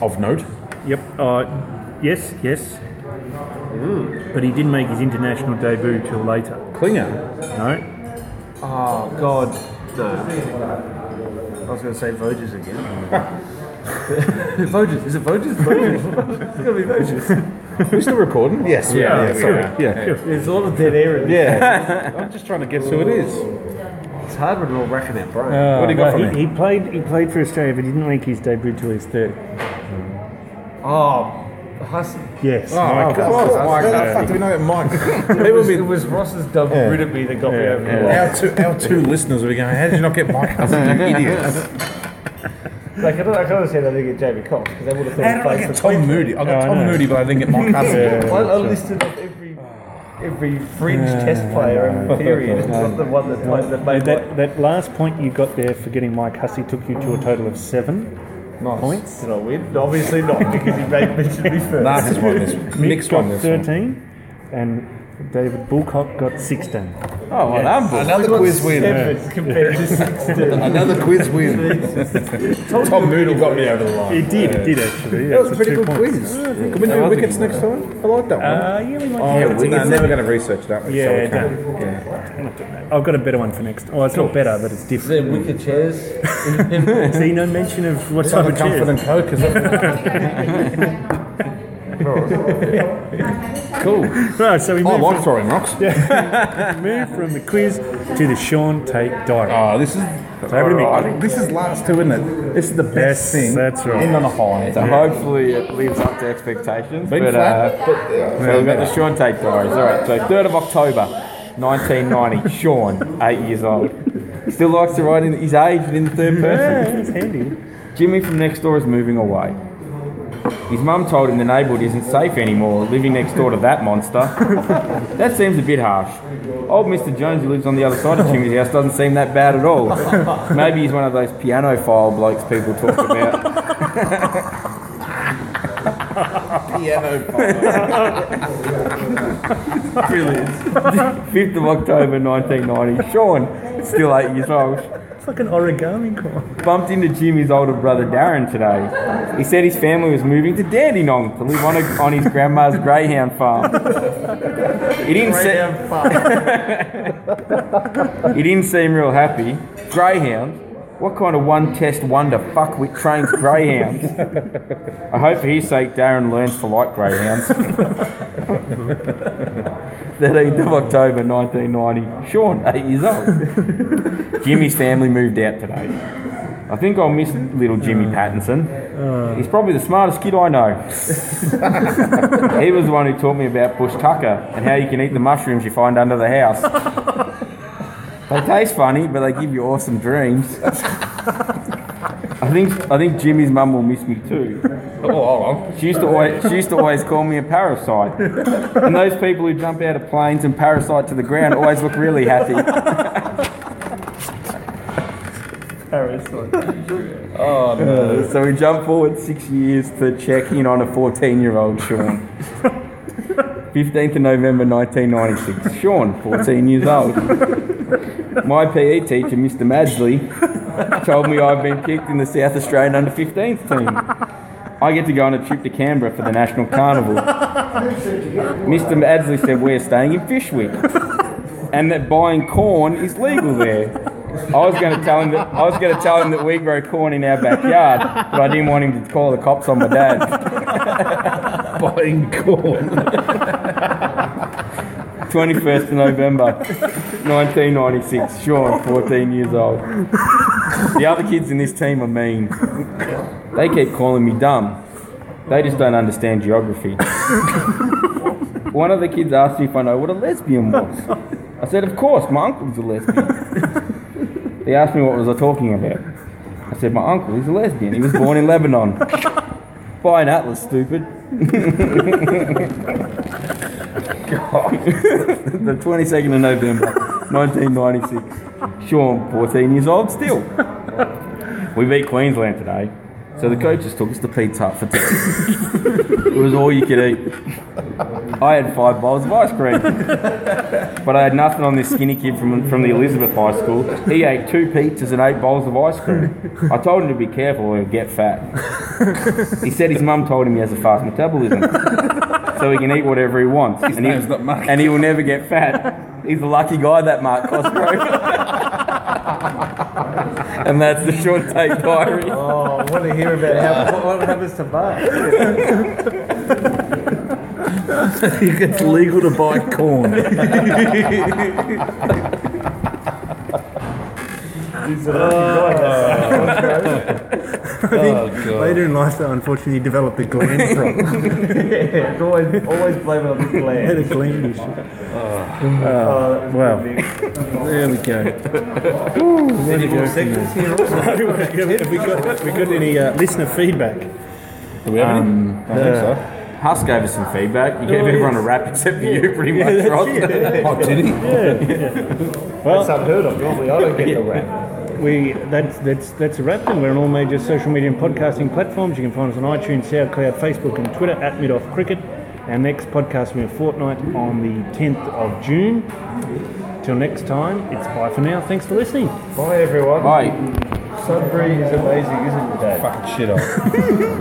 Speaker 2: Of note.
Speaker 1: Yep. Uh, yes, yes. But he didn't make his international debut till later.
Speaker 2: Klinger.
Speaker 1: No?
Speaker 3: Oh, God. No. I was going to say Voges again. Voges. Is it Voges? Voges. it's going to be Voges.
Speaker 2: We're still recording?
Speaker 6: Yes, we
Speaker 4: Yeah,
Speaker 6: are,
Speaker 1: Oh,
Speaker 4: yeah, we
Speaker 6: sorry.
Speaker 4: are.
Speaker 2: Yeah.
Speaker 3: There's a lot of dead air in this.
Speaker 2: Yeah. I'm just trying to guess who it is.
Speaker 3: It's hard when we're all racking our brain.
Speaker 2: What do you got
Speaker 1: Uh, Well,
Speaker 2: from
Speaker 1: he, he played. He played for Australia, but he didn't make his debut till his third.
Speaker 3: oh, Husson.
Speaker 1: Yes.
Speaker 2: Mike. Of course, Mike. How the fuck do we know Mike? People
Speaker 3: It
Speaker 2: be
Speaker 3: was Ross's double rid of me that got me over the line.
Speaker 6: Our two, our two listeners were going, how did you not get Mike Hudson, you idiots?
Speaker 3: Like, I, don't, I can't say that they didn't get Jamie Cox because they would have thought
Speaker 6: How
Speaker 3: he
Speaker 6: did I
Speaker 3: played
Speaker 6: get
Speaker 3: for
Speaker 6: Tom Moody? I got
Speaker 1: I
Speaker 6: Tom
Speaker 1: know.
Speaker 6: Moody, but I didn't get Mike Hudson.
Speaker 3: I, I listed off every every fringe test player in the period. It's not the one that, played, that made that.
Speaker 1: That, that last point you got there for getting Mike Hussey took you to a total of seven points.
Speaker 3: Did I win? Obviously not because he made mention me first.
Speaker 6: Nah, this one, this one.
Speaker 1: Mick
Speaker 6: Mixed one,
Speaker 1: got
Speaker 6: this one.
Speaker 1: 13, and David Bullcock got 16.
Speaker 4: Oh, well done, Bull.
Speaker 6: Another quiz win.
Speaker 3: Seven compared to sixteen.
Speaker 6: Another quiz win. Tom Moody got me over the line.
Speaker 1: It did, it did actually.
Speaker 6: That was a pretty good quiz. Can we do wickets next time? I like that one.
Speaker 1: Uh, yeah, we might
Speaker 6: Oh,
Speaker 1: have it.
Speaker 6: we're never going to research that. one, so
Speaker 1: Yeah,
Speaker 6: we can't.
Speaker 1: I've got a better one for next. Oh, it's not better, but it's different.
Speaker 3: Then wicker chairs.
Speaker 1: See, no mention of what type of
Speaker 6: Comfort
Speaker 1: chair.
Speaker 6: and Coke. Is it? cool. Oh,
Speaker 1: Right, so we
Speaker 6: I
Speaker 1: move
Speaker 6: like throwing rocks.
Speaker 1: from, move from the quiz to the Sean Tate diary.
Speaker 6: Oh, this is. Oh,
Speaker 1: over to me.
Speaker 6: I think This is last two, isn't it? This is the best
Speaker 1: Yes,
Speaker 6: thing.
Speaker 1: that's right.
Speaker 6: End on a high.
Speaker 4: So hopefully it lives up to expectations.
Speaker 6: Been
Speaker 4: but,
Speaker 6: flat,
Speaker 4: uh, so we've got the Sean Tate diaries. All right, so 3rd of October, 1990. Sean, eight years old. Still likes to write in his age but in the third person.
Speaker 1: Yeah, it's handy.
Speaker 4: Jimmy from next door is moving away. His mum told him the neighbourhood isn't safe anymore, living next door to that monster. that seems a bit harsh. Old Mr. Jones, who lives on the other side of Jimmy's house, doesn't seem that bad at all. Maybe he's one of those piano file blokes people talk about. Fifth of October 1990. Sean, still eight years old,
Speaker 1: It's like an origami coin.
Speaker 4: bumped into Jimmy's older brother Darren today. He said his family was moving to Dandenong to live on, a, on his grandma's greyhound farm. He didn't se- he didn't seem real happy. Greyhound. What kind of one test wonder fuck with trains greyhounds? I hope for his sake Darren learns to like greyhounds. 13th of October 1990. Sean, eight years old. Jimmy's family moved out today. I think I'll miss little Jimmy Pattinson. He's probably the smartest kid I know. he was the one who taught me about bush tucker and how you can eat the mushrooms you find under the house. They taste funny, but they give you awesome dreams. I think I think Jimmy's mum will miss me too.
Speaker 6: Oh, hold on.
Speaker 4: She used to always, she used to always call me a parasite. And those people who jump out of planes and parasite to the ground always look really happy. parasite. Oh no. So we jump forward six years to check in on a 14 year old Sean. 15th of November 1996. Sean, 14 years old. My PE teacher, Mr. Madsley, told me I've been kicked in the South Australian under 15th team. I get to go on a trip to Canberra for the National Carnival. Mr. Adsley said we're staying in Fishwick and that buying corn is legal there. I was going to tell him that I was going to tell him that we grow corn in our backyard, but I didn't want him to call the cops on my dad.
Speaker 6: Buying corn.
Speaker 4: 21st of November, 1996. Sean, 14 years old. The other kids in this team are mean. They keep calling me dumb. They just don't understand geography. One of the kids asked me if I know what a lesbian was. I said, Of course, my uncle's a lesbian. They asked me what was I talking about. I said, My uncle, he's a lesbian. He was born in Lebanon. Buy an atlas, stupid. the 22nd of November, 1996. Sean, 14 years old still. We beat Queensland today, so the coaches took us to Pete's Hut for tea. it was all you could eat. I had five bowls of ice cream, but I had nothing on this skinny kid from, from the Elizabeth High School. He ate two pizzas and eight bowls of ice cream. I told him to be careful or he'll get fat. He said his mum told him he has a fast metabolism, so he can eat whatever he wants. and he,
Speaker 6: name's not Mark.
Speaker 4: and he will never get fat. He's a lucky guy, that Mark Cosgrove. and that's the short take diary.
Speaker 3: Oh, I want to hear about how, what, what happens to Mark.
Speaker 2: it's legal to buy corn.
Speaker 1: Later in life, though, unfortunately, he developed a gland problem.
Speaker 5: Yeah, always, always blame it on the
Speaker 1: had
Speaker 5: glare.
Speaker 1: a gland issue. Oh, wow. There we go. Ooh, where did it go from there? No, have we got, have we got any uh, listener feedback?
Speaker 4: Do we have any? Husk gave us some feedback. You gave everyone a rap except for you, pretty much, Ross.
Speaker 2: Oh, did he?
Speaker 1: Well,
Speaker 5: Unheard of. Normally, I don't get the rap.
Speaker 1: We that's that's that's a wrap then. We're on all major social media and podcasting platforms. You can find us on iTunes, SoundCloud, Facebook, and Twitter at Midoff Cricket. Our next podcast will be a fortnight on the 10th of June. Till next time, it's bye for now. Thanks for listening.
Speaker 5: Bye, everyone.
Speaker 4: Bye.
Speaker 5: Sunbury is amazing, isn't it, Dad?
Speaker 2: Fucking shit off.